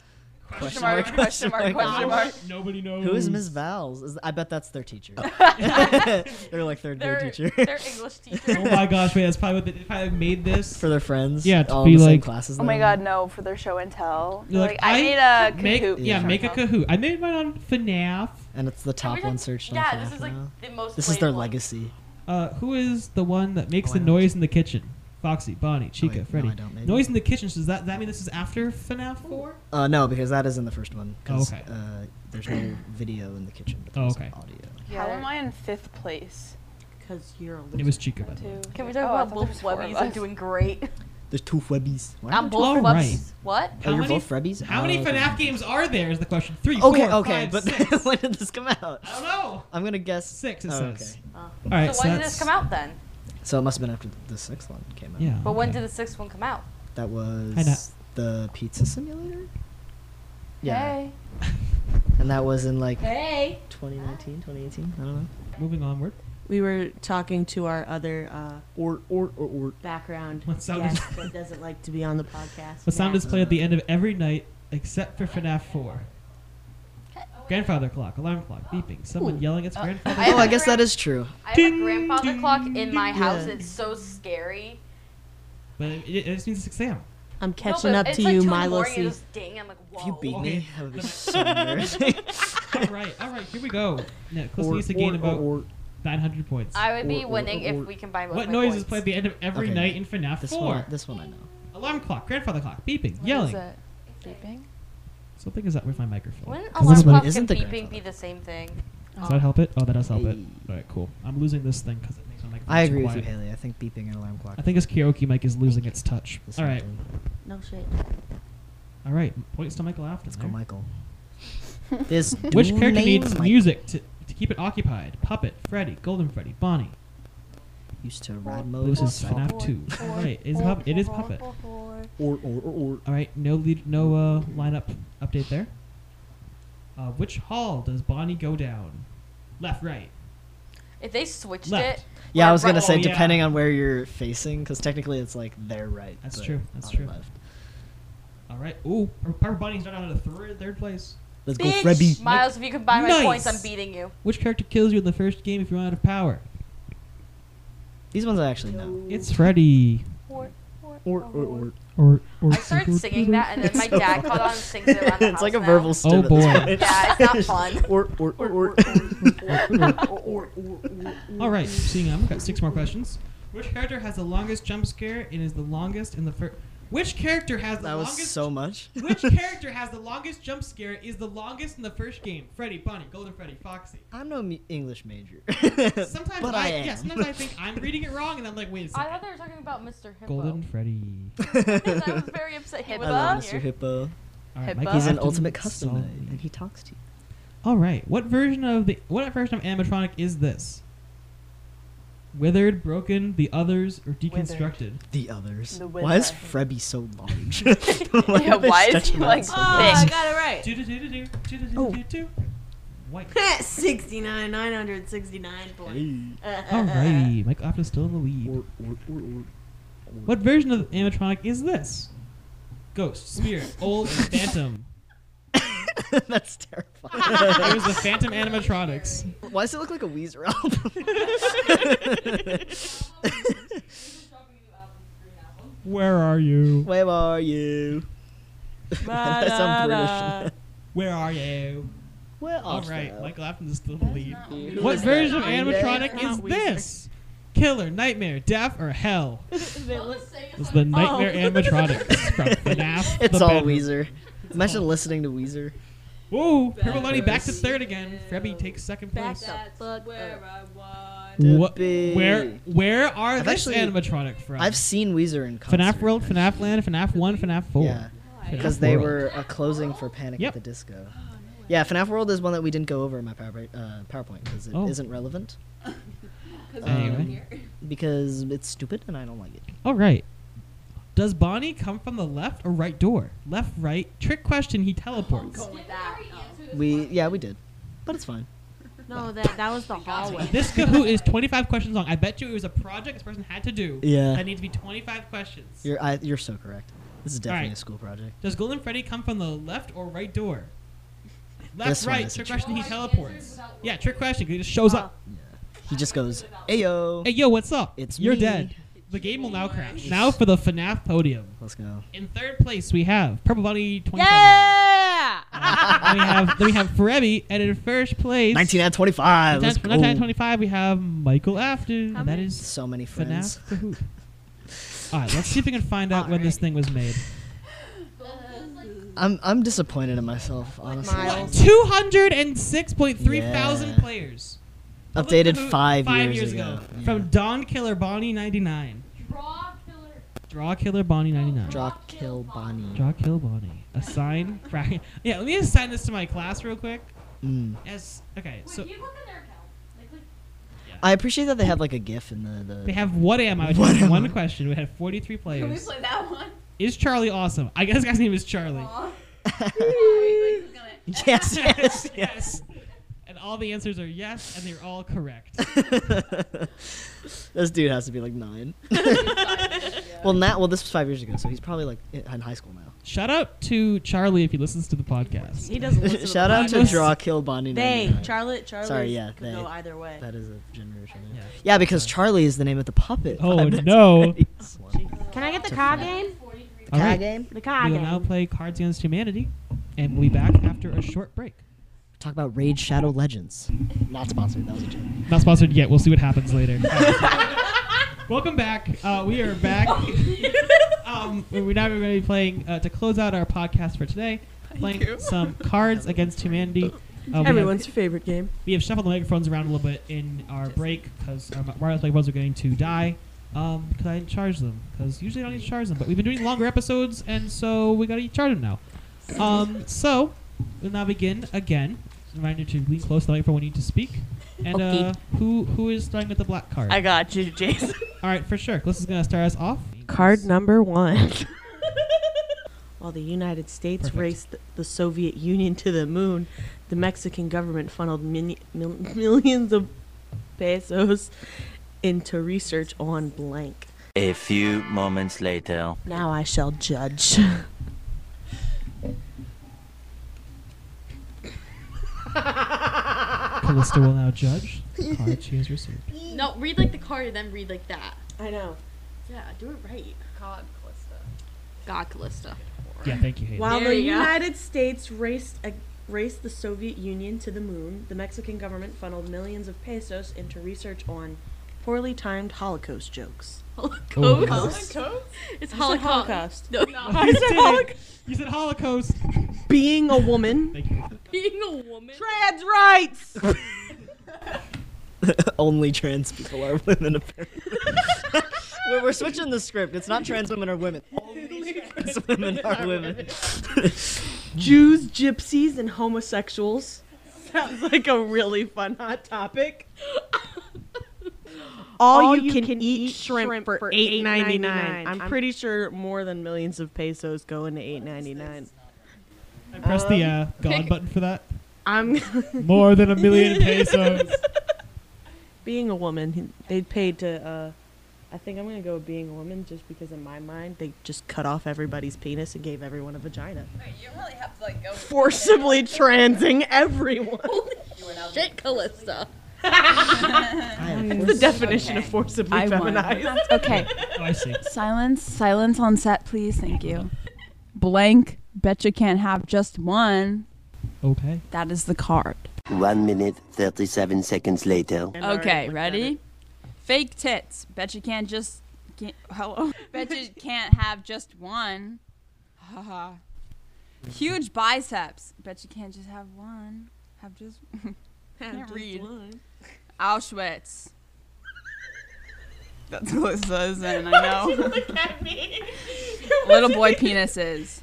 C: Question
G: mark, question mark, question mark.
E: Nobody knows.
C: Who is Ms. Vowles? Is- I bet that's their teacher. *laughs* They're like third
F: They're,
C: grade teacher
F: they're English teachers.
E: Oh my gosh, wait, that's probably what they, if I made this.
C: *laughs* for their friends.
E: Yeah, to
C: all
E: be
C: in the same
E: like-
C: classes.
G: Oh my
C: though.
G: god, no! For their show and tell.
E: You're
G: Like, I, need
F: Uh,
G: a
E: make,
G: Kahoot.
E: Yeah,
C: Yeah.
E: make a Kahoot. I made mine on FNAF.
C: And it's the top
F: Every time-
C: one searched on
F: Yeah,
C: FNAF
F: this is like
C: now.
F: the most.
C: This is their
F: played one.
C: legacy.
E: Uh, who is the one that makes
C: Oh, I
E: the
C: don't.
E: noise in the kitchen? Foxy, Bonnie, Chica,
C: no, I
E: Freddy.
C: don't, maybe.
E: noise in the kitchen. So does that does that mean this is after FNAF four?
C: Uh, no, because that is in the first one. 'cause,
E: Oh, Okay.
C: Uh, there's no video in the kitchen, but
E: Oh,
C: there's
E: okay.
C: audio.
G: How am I in fifth place?
B: Because you're a loser.
E: It was Chica, by the way.
G: Two.
F: Can we
G: three-
F: talk
G: oh, I
F: about
G: thought there
F: both
G: was four of
F: Webbies? I'm
G: us.
F: doing great.
C: There's two Webbies.
F: *laughs*
C: Why
F: I'm
C: not
F: both
E: all
F: Webbies. What?
C: Oh, you're
E: many-
C: both Frebbies?
E: How
C: Oh,
E: many
C: okay.
E: FNAF games are there? Is the question. Three.
C: Okay,
E: four,
C: okay,
E: five,
C: but
E: six.
C: *laughs* when did this come out?
E: I don't know.
C: I'm gonna guess
E: Six, it
C: Oh,
E: says.
C: okay.
E: All right.
F: so when did
E: that's-
F: this come out then?
C: So it must have been after the sixth one came out.
E: Yeah.
F: But when
E: okay.
F: did the sixth one come out?
C: That
E: I know.
C: was the Pizza Simulator. Yeah.
G: Hey.
C: And that was in like
F: Hey.
C: 2019, 2018. I don't know.
E: Moving onward.
B: We were talking to our other uh,
C: Or or or or.
B: background
E: What sound
B: guest
E: is-
B: that doesn't like to be on the podcast.
E: What sound
B: Matt.
E: is played at the end of every night except for FNAF 4? Grandfather clock, alarm clock, beeping, someone yelling its grandfather.
F: Uh, I
C: Oh, I
F: have a
C: guess that is true.
F: I have
E: Ding,
F: a grandfather
E: ding,
F: clock in my
E: ding.
F: house.
B: Yeah.
F: It's so scary.
E: But it, it just means it's exam.
B: I'm
F: No,
B: catching
F: but
B: up
F: it's
B: to
F: like
B: you,
F: two in the
B: Milo
F: morning, it
B: C.
F: just Ding. I'm like, whoa.
C: If you beat
E: okay.
C: me, that would be so embarrassing.
E: *laughs* all right, all right, here we go. Now, Chris
C: Or-
E: needs to gain
C: or-
E: about
C: or-
E: 900 points.
F: I would be
C: Or- or-
F: winning
C: or-
F: if we combine both
E: what
F: my
E: noise
F: oh
E: is
F: points.
E: played at the end of every
C: Okay.
E: night in FNAF
C: *laughs* This
E: 4?
C: one, this one I know.
E: alarm clock, grandfather clock, beeping,
G: What is
E: yelling.
G: it? Beeping.
E: Something is up with my microphone.
F: Wouldn't
C: this
F: alarm
C: one
F: clock
C: isn't
F: and
C: the
F: beeping
C: grandfather.
F: be the same thing?
E: Does that help it? Oh, that does help it.
C: Hey.
E: All right, cool. I'm losing this thing because it makes my microphone
C: I
E: too
C: agree with you,
E: quiet.
C: Haley. I think beeping an alarm clock.
E: I think this karaoke mic is losing its touch.
C: This
E: All
C: one
E: right,
C: thing.
B: No shit.
E: all right. Points to Michael Afton.
C: Let's go,
E: there.
C: Michael. This
E: *laughs* Which
C: dude
E: character
C: named
E: needs
C: Michael
E: music to, to keep it occupied? Puppet, Freddy, Golden Freddy, Bonnie.
C: Used to ride
E: Oh, this is
C: motorcycles.
E: FNAF 2. All right, it's puppet. It is puppet. All
C: Or or or. or.
E: right, no lead, no uh, lineup update there. Uh, which hall does Bonnie go down? Left, right.
F: If they switched
E: Left.
F: it,
C: Yeah, I was
F: Right.
C: gonna say
E: Oh, yeah.
C: depending on where you're facing, because technically it's like they're right.
E: That's
C: but
E: true, that's
C: on the
E: true.
C: Left.
E: All right. Ooh, Purple Bunny's not out of the third, third place.
C: Let's
B: Bitch.
C: go, Frebby.
F: Miles, if you combine my points,
E: Nice.
F: I'm beating you.
E: Which character kills you in the first game if you're out of power?
C: These ones I actually
E: *laughs*
C: know.
E: It's Freddy.
C: Or or or.
E: Or, or
F: I started singing that, and then my
C: so
F: dad caught on and sings it around the
C: it's like a
F: house
C: verbal
F: now.
C: stupid.
E: boy.
F: Yeah, it's not fun.
C: *laughs* or or or or.
E: All right, seeing I've got six more questions. Which character has the longest jump scare and is the longest in the first? Which character has the
C: That was
E: longest?
C: so much.
E: *laughs*
C: *laughs*
E: Which character has the longest jump scare is the longest in the first game? Freddy, Bonnie, Golden Freddy,
C: *laughs*
E: Foxy.
C: I'm no mu- English major.
E: *laughs* Sometimes
C: but
E: I,
C: I am.
E: yeah, sometimes I think
C: *laughs*
E: I'm *laughs* reading it wrong and I'm like, wait a
F: I
E: second.
F: thought they were talking about Mr. Hippo.
E: Golden Freddy.
F: Because I was very upset he
G: I
F: was
C: I
F: on
C: love Mr.
F: here.
C: Hippo.
E: All right,
G: Hipaa.
E: Mike,
C: He's
E: you
C: an
E: have to
C: ultimate custom
E: solve
C: knight,
E: me.
C: and he talks to you.
E: All right. What version of the what version of animatronic is this? Withered, broken, the others, or deconstructed?
C: The others.
G: The
C: why is Frebby so large? *laughs* why
G: Yeah,
C: do they
G: why is
C: stretch
G: he,
C: him out
B: *laughs*
G: like,
C: so
B: Oh,
C: much?
B: I got it right.
E: Do-do-do-do-do,
C: Oh.
E: do-do-do-do-do.
B: *laughs*
E: White.
B: 69, 969
E: Oh,
B: points.
C: Hey.
E: Alrighty, Mike Opta's still in the lead.
C: Or- or- or- or-
E: What version of animatronic is this? Ghost, spirit, old, and phantom.
C: *laughs* That's terrifying.
E: *laughs* There's the phantom animatronics.
C: Why does it look like a Weezer album? *laughs*
E: Where are you?
C: Where are you? That sounds British.
E: Where are you?
C: Where
E: All
C: are
E: right,
C: you?
E: Michael Apton is still in the lead.
C: Who
E: What
C: is
E: version of
C: that?
E: animatronic is this? Killer, nightmare, death, or hell? It's the nightmare animatronic
C: *laughs*
E: from FNAF.
C: It's
E: the
C: all
E: Bedroom.
C: Weezer. Imagine listening to Weezer.
E: Whoa, Purple back to third again. Frebby takes second
B: Back
E: place.
B: the fuck up.
E: What,
C: Dippy.
E: where where are
C: I've
E: this
C: actually-
E: animatronic from?
C: I've seen Weezer in concert.
E: FNAF World, FNAF Land, FNAF 1, FNAF 4.
C: Yeah,
E: FNAF
C: because they
E: World.
C: were uh, closing for Panic
E: Yep.
C: at the Disco. Yeah, FNAF World is one that we didn't go over in my PowerPoint uh, because it
E: Oh.
C: not relevant. um,
E: Anyway.
C: Because it's stupid and I don't like it.
E: All right. Does Bonnie come from the left or right door? Left, right. Trick question, he teleports.
C: We yeah we did, but it's fine.
B: *laughs* No, that, that was the hallway.
E: This Kahoot is 25 questions long. I bet you it was a project this person had to do.
C: Yeah,
E: That needs to be 25 questions.
C: you're I, you're so correct. This is definitely
E: Alright.
C: a school project.
E: Does Golden Freddy come from the left or right door? Left,
C: This one
E: right.
C: is a
E: Trick
C: trick.
E: question, he teleports. Yeah, trick question. He just shows up.
C: He just goes ayo.
E: Hey, yo, what's up?
C: It's
E: You're
C: me.
E: dead. The game will now crash. Now for the FNAF podium.
C: Let's go.
E: In third place, we have Purple Bunny 27.
B: Yeah!
E: then we have, then we have Fureby, and in first place,
C: 19 out of 25.
E: That's
C: Let's
E: from
C: go.
E: 1925, we have Michael Afton, and that is
C: So many friends.
E: FNAF Kahoot. All right, let's see if we can find out when this thing was made.
C: I'm I'm disappointed in myself honestly.
B: Miles.
E: 206.3
C: Yeah.
E: thousand players. Public
C: Updated
E: Kahoot
C: five, years, ago. Yeah.
E: From Don Killer Bonnie 99. Draw Killer Bonnie 99.
C: Draw Kill Bonnie.
E: Draw Kill Bonnie. Assign. Bracket. *laughs* Yeah, let me assign this to my class real quick.
C: Mm.
E: Yes. Okay, so
C: I appreciate that they have like a GIF in the. the
E: they have What Am I? Which
C: What
E: is
C: Am
E: one
C: I?
E: question. We had 43 players.
F: that one?
E: Is Charlie awesome? I guess the guy's name is Charlie.
C: *laughs* yes, yes, yes. *laughs*
E: And all the answers are yes, and they're all correct.
C: this dude has to be like *laughs* nine. well, now, well, this was five years ago, so he's probably like i- in high school now.
E: Shout out to Charlie if he listens to the podcast.
B: *laughs* He doesn't
E: *laughs*
B: listen
C: *laughs* Shout
B: the
C: out to
B: podcast.
C: Draw Kill Bonnie.
B: They,
C: 99.
B: Charlotte, Charlotte
C: Sorry, yeah,
B: could
C: they.
B: go either way.
C: That is a generation. Yeah,
E: Yeah.
C: because Charlie is the name of the puppet.
E: Oh,
C: I'm not
E: no.
C: *laughs* surprised.
B: Can I get the car game?
E: All
C: Tag
E: right.
C: game.
B: The car
E: We will now
B: game.
E: play Cards Against Humanity, and we'll be back after a short break.
C: Talk about Raid Shadow Legends. Not sponsored. That was a joke. *laughs*
E: Not sponsored yet. We'll see what happens later. Welcome back. Uh, we are back. *laughs* um, we're now going to be playing uh, to close out our podcast for today. Playing some Cards Against Humanity. Uh, we have
B: your favorite game.
E: we have shuffled the microphones around a little bit in our break because our mi- wireless microphones are going to die because I didn't charge them because usually I don't need to charge them but we've been doing longer episodes and so we gotta charge them now um, so we'll now begin again remind you to lean close to the microphone when you need to speak and
B: Okay.
E: uh, who who is starting with the black card
B: I got you, Jason.
E: all right for sure this is gonna start us off
B: Card number one. *laughs* While the United States
E: Perfect.
B: raced th- the Soviet Union to the moon, the Mexican government funneled mini- mil- *laughs* millions of pesos into research on blank.
K: A few moments later.
B: Now I shall judge.
E: Callista will now judge the card she has received
F: No, read like the card and then read like that.
B: I know.
F: Yeah, do it right. God, Callista.
E: yeah thank you Hayden.
B: While
F: There
B: the
F: you go.
B: United States raced a- raced the Soviet Union to the moon, the Mexican government funneled millions of pesos into research on poorly timed Holocaust jokes.
E: Oh,
F: Holocaust. It's
B: I said
F: Holocaust. No,
C: *laughs*
E: *laughs* you, said Holocaust. you said holocaust
B: Being a woman.
E: thank you
F: being a woman.
B: Trans rights.
C: Only trans people are women, apparently. *laughs* we're,
E: *laughs*
C: we're switching the script. It's not trans women are women. Only trans women are women.
B: Jews, gypsies, and homosexuals. Sounds like a really fun hot topic. *laughs* All, you, can, eat, shrimp, for eight ninety nine. I'm pretty sure more than millions of pesos go into eight ninety nine.
E: I pressed
B: Um,
E: the uh,
B: *laughs*
E: gone button for that.
B: I'm
E: More than a million pesos.
B: being a woman. he- They paid to. Uh, I think I'm gonna go with being a woman just because in my mind they just cut off everybody's penis and gave everyone a vagina,
F: You really have to like go.
B: forcibly transing everyone.
F: Shit, Callista.
B: It's the definition of forcibly
G: I won.
B: feminized.
G: Okay.
E: Oh, I see.
G: Silence, silence on set, please. Thank you. Blank. Betcha can't have just one.
E: Okay.
G: That is the card.
K: One minute, 37 seconds later.
G: Okay, ready? Fake tits. Bet you can't just. Can't, hello? *laughs* Bet you can't have just one. Haha. Huge biceps. Bet you can't just have one. Have just. *laughs* can't read. Auschwitz. *laughs* That's what it says, and I know. *laughs* Little boy penises.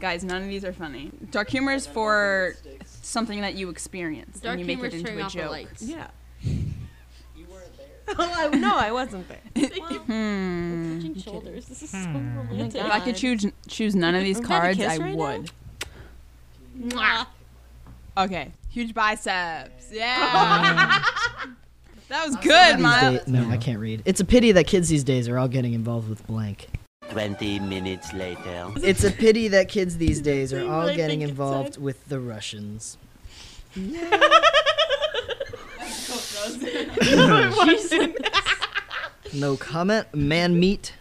G: Guys, none of these are funny. Dark humor is for something that you experience
D: Dark
G: and you make
D: humor
G: it
D: is
G: into
D: turning
G: a
D: off the
G: joke.
D: lights.
B: Yeah. *laughs* You weren't there. no, I wasn't there.
G: Hmm.
D: Touching shoulders. This is so
G: If
D: romantic.
G: I could choose choose none of these
D: We're about to
G: cards,
D: kiss
G: I
D: right now?
G: would.
D: Mwah.
G: Okay, huge biceps. Yeah. that was good, Miles.
C: These day- no, I can't read. It's a pity that kids these days are all getting involved with blank.
K: 20 minutes later.
C: It's a pity that kids these days are
D: thing
C: all
D: that I
C: getting
D: think it
C: involved with the Russians. No comment. Man meat.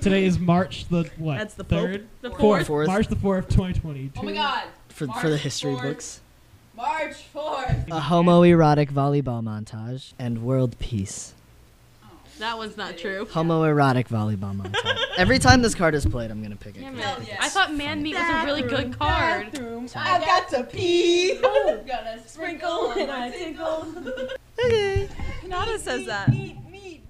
E: Today is March the what?
B: That's the Pope.
E: third.
D: The
C: Fourth.
D: fourth.
C: Fourth.
E: March the fourth, 2022.
F: Oh my god.
C: For,
F: March
C: for the history
F: fourth.
C: books.
F: March 4th.
C: A homoerotic volleyball montage and world peace.
D: That one's not true.
C: Homoerotic volleyball montage. Every time this card is played, I'm gonna pick it.
F: Hell yes.
D: I thought man meat was a really good card.
F: I've got to pee.
G: *laughs*
F: I'm gonna sprinkle and I tinkle.
G: Hinata says that.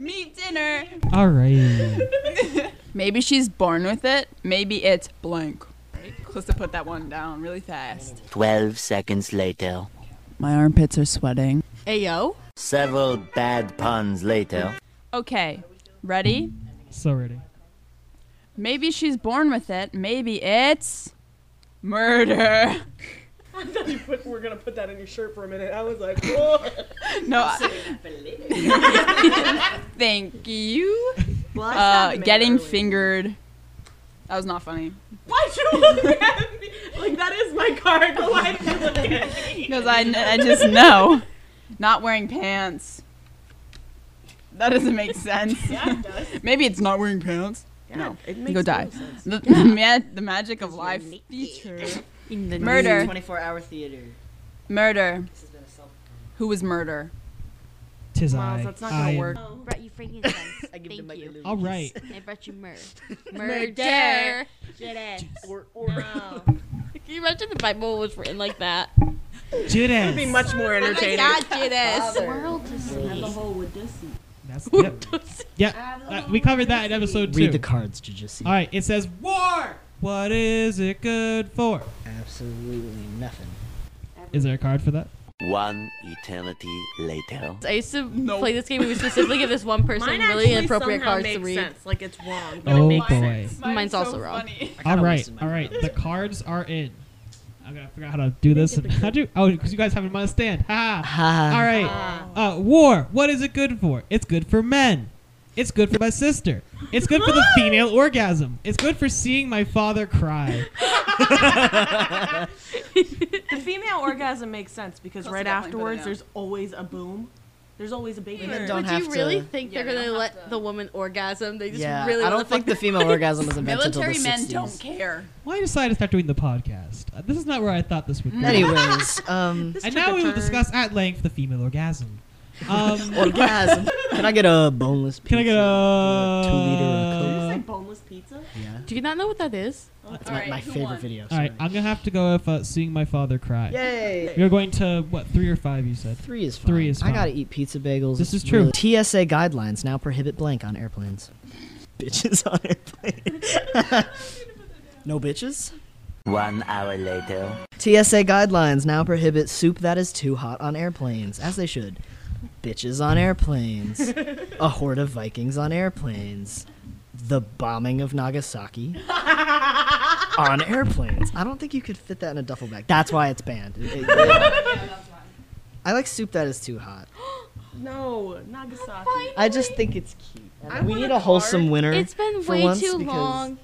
G: Meat dinner.
E: All right.
G: Maybe she's born with it. Maybe it's blank. Close to put that one down really fast.
K: 12 seconds later.
G: My armpits are sweating. Ayo.
K: Several bad puns later.
G: Okay, ready?
E: So ready.
G: Maybe she's born with it. Maybe it's murder.
B: we're gonna put that in your shirt for a minute. I was like, *laughs* whoa.
G: No. I- *laughs* Thank you.
B: Well,
G: Uh, getting fingered. That was not funny.
B: Why'd you look at me? Like that is my card, *laughs* but why did you look at me?
G: Because I, kn- I just know. Not wearing pants. That doesn't make sense. *laughs* Maybe it's not wearing pants. no,
B: it
G: you go die. The, the, ma- the magic of life feature.
B: *laughs*
G: Murder.
C: 24 hour theater.
G: Murder. Who was murder?
E: Tis
G: Miles,
E: I.
G: that's not gonna
E: I am-
G: work.
D: Brought you frankincense.
C: *laughs* I give
D: Thank you.
E: All right.
D: They brought you
C: *laughs*
D: myrrh. Murder. Yes.
C: Or, or
D: Can you imagine the Bible was written like that?
E: Judas.
B: be much more entertaining.
D: World to see.
E: That's, yep. yep. Uh, we covered that in episode two.
C: Read the cards, Jujutsu.
E: All right. It says war. What is it good for?
C: Absolutely nothing.
E: Is there a card for that?
K: One eternity later.
D: I used to play this game. We would specifically give this one person
B: Mine
D: really
B: actually
D: inappropriate
B: somehow
D: cards to
B: makes
D: read.
B: Sense. Like it's wrong.
E: Oh boy.
D: Mine's also wrong.
E: All right.
C: wasted my
E: All right. The cards are in. I'm gonna figure out how to do this. And *laughs* how do? Oh, because you guys haven't understand. Ha. ha. All
C: Ha.
E: right. Uh, war. What is it good for? It's good for men. It's good for my sister. It's good for the female orgasm. It's good for seeing my father cry.
B: The female orgasm makes sense because
G: Close
B: right
G: to definitely put it
B: afterwards
G: down.
B: there's always a boom. There's always a baby.
C: Women
B: boom.
C: don't
D: Would
C: have
D: you really
C: to.
D: think
G: Yeah,
D: they're
G: they
D: gonna
G: don't
D: let
G: have to.
D: the woman orgasm? They just
C: Yeah,
D: really
C: I
D: let
C: don't
D: the
C: think the
D: fuck-
C: female orgasm was invented until the
G: Military
C: 60s.
G: men don't care.
E: Why did I decide to start doing the podcast? Uh, this is not where I thought this would go.
C: Anyways, um,
B: This
E: and
B: took
E: now
B: a
E: we will
B: turn.
E: discuss at length the female orgasm. Um,
C: orgasm. Can I get a boneless?
E: can I get a
C: pizza? Two liter
B: It's like boneless pizza.
C: Coke. Yeah,
D: Do you not know what that is?
C: that's my, my favorite video.
E: All right,
C: sorry.
E: I'm gonna have to go with uh, seeing my father cry.
C: Yay!
E: You're going to what three or five? You said.
C: Three is fine.
E: Three is fine.
C: I gotta eat pizza bagels.
E: This
C: It's
E: is true.
C: really- TSA guidelines now prohibit blank on *laughs* airplanes. Bitches on airplanes. no bitches.
K: One hour later.
C: TSA guidelines now prohibit soup that is too hot on airplanes, as they should. Bitches on airplanes. a horde of Vikings on airplanes. The bombing of Nagasaki on airplanes. I don't think you could fit that in a duffel bag. That's why it's banned. It- it- it- I like soup that is too hot.
B: No, Nagasaki.
C: I just think it's cute. And
B: I
C: we
B: want
C: need
B: a
C: a wholesome
B: card.
C: winner.
F: It's been
C: for
F: way
C: once
F: too
C: because-
F: long.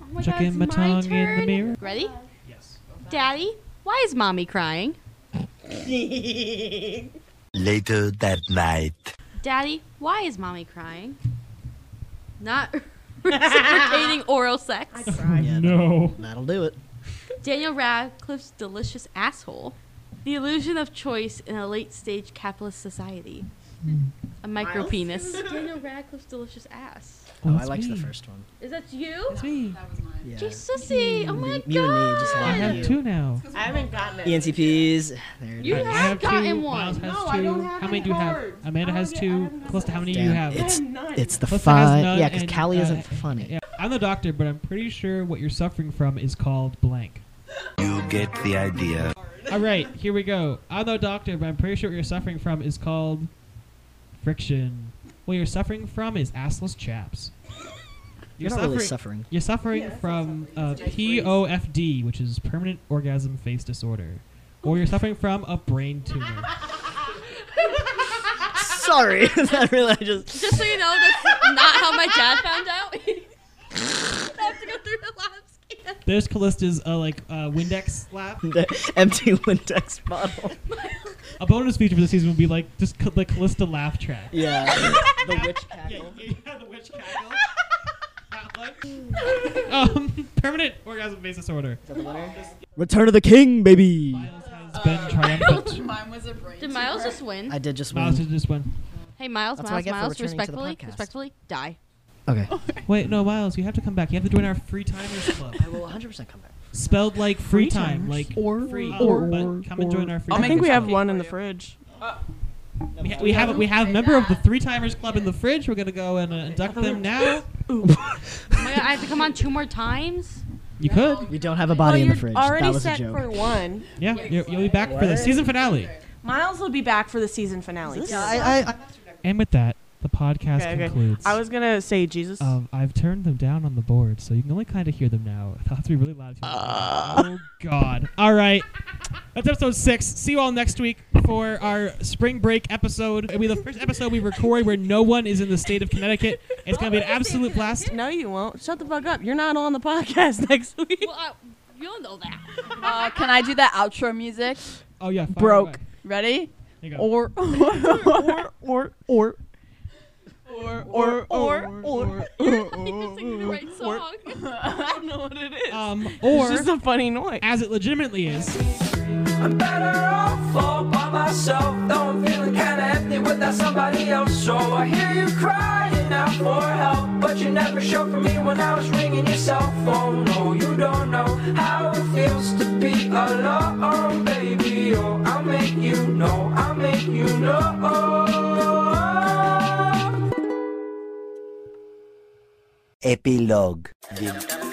F: Oh my
E: Chuck
F: God,
E: in my
F: it's
E: tongue in the
F: turn.
E: mirror.
F: Ready? Yes. Daddy, why is mommy crying?
K: Later that night.
F: Daddy, why is mommy crying? Not *laughs*
C: *laughs*
F: reciprocating oral sex.
E: *laughs* no.
C: That'll do it.
F: Daniel Radcliffe's delicious asshole. The illusion of choice in a late stage capitalist society. A micro
L: Miles?
F: penis.
C: *laughs*
F: Daniel Radcliffe's delicious ass.
C: Oh, I liked the first one.
F: Is that you? That's
E: me.
C: Yeah.
F: Jay Sissy. Oh my
C: You and me
F: god.
C: just
E: I have
C: you.
E: two now.
B: I haven't gotten
C: E
B: it.
C: ENTPs. There it
F: You
C: is.
F: have I have gotten two. one.
E: Miles has
F: No,
E: two.
F: I don't have
E: how
F: any
E: many do you have?
F: cards.
E: Amanda has two. Close to how many do you
C: Damn,
E: have?
C: It's,
B: none.
C: it's the
E: Clifton has
C: fun.
E: none
C: Yeah, because
E: and,
C: Callie
E: uh,
C: isn't funny.
E: Yeah, I'm the doctor, but I'm pretty sure what you're suffering from is called
F: *laughs*
E: blank.
K: You get the idea.
E: All right, here we go. I'm no doctor, but I'm pretty sure what you're suffering from is called friction. What you're suffering from is assless chaps.
C: You're not really suffering.
E: You're suffering from uh, POFD, which is permanent orgasm face disorder, or you're suffering from a brain tumor.
C: Sorry, *laughs* that really I just. *laughs*
F: Just so you know, that's not how my dad found out. *laughs* I have to go through a lab scan.
E: There's Callista's uh, like uh, Windex lab.
C: The empty Windex bottle.
E: A bonus feature for the season would be like just ca- the Callista laugh track.
C: *laughs* Yeah. the witch
E: cackle. Yeah, yeah, the witch cackle. um, *laughs* permanent orgasm face disorder.
C: Return of the King, baby.
E: It's been triumphant.
L: Mine was a brain.
F: Did Miles just win?
C: I did just
E: Miles
C: win.
E: did just win.
F: Hey, Miles,
C: That's what I
F: Miles,
C: get for
F: Miles,
C: returning to the
F: respectfully,
C: podcast.
F: respectfully, die.
C: Okay.
E: Wait, no, Miles, you have to come back. You have to join our free timers club.
C: I will 100% come back.
E: Spelled like free,
B: Free
E: time,
B: timers?
E: like
B: Or-
E: free.
B: or-
E: but
B: or-
E: come and join our free.
B: I think
E: timers
B: we have
E: club.
B: one in the fridge.
E: We, ha- we have we have a member of the three timers club in the fridge. We're gonna go and uh, induct them now.
F: Oh my god, I have to come on two more times?
E: You could.
C: We don't have a body Oh, in the fridge. That
B: Already
C: was a
B: set for
C: joke.
B: one.
E: Yeah, you're, you'll be back for the
C: What?
E: season finale.
B: Miles will be back for the season finale.
E: *laughs*
C: Yeah, I, I,
E: And with that, the podcast
B: Okay, okay.
E: concludes.
B: I was gonna say Jesus.
E: Um, I've turned them down on the board, so you can only kind of hear them now. *laughs* It'll have to be really loud. if you
B: Uh.
E: want to- oh God! All right, that's episode six. See you all next week for our spring break episode. It'll be the first episode we record where no one is in the state of Connecticut. It's gonna be an absolute
B: *laughs*
E: blast.
B: no, you won't. Shut the fuck up. You're not on the *laughs* podcast next week.
F: Well, I, you'll know that.
G: Uh, can I do that outro music?
E: Oh yeah, fire
B: Broke.
E: away.
G: Ready?
E: Here you go.
G: Or
B: or or or
G: or or or
B: or.
F: You're singing the right song.
B: I don't know what it is.
E: um
B: it's
E: or
B: just a funny noise.
E: as it legitimately is.
M: I'm better off all by myself, though I'm feeling kinda empty without somebody else. So I hear you crying out for help, but you never showed for me when I was ringing your cell phone. No, you don't know how it feels to be alone, baby. Oh, I'll make you know, I'll make you know.
K: Epilogue. The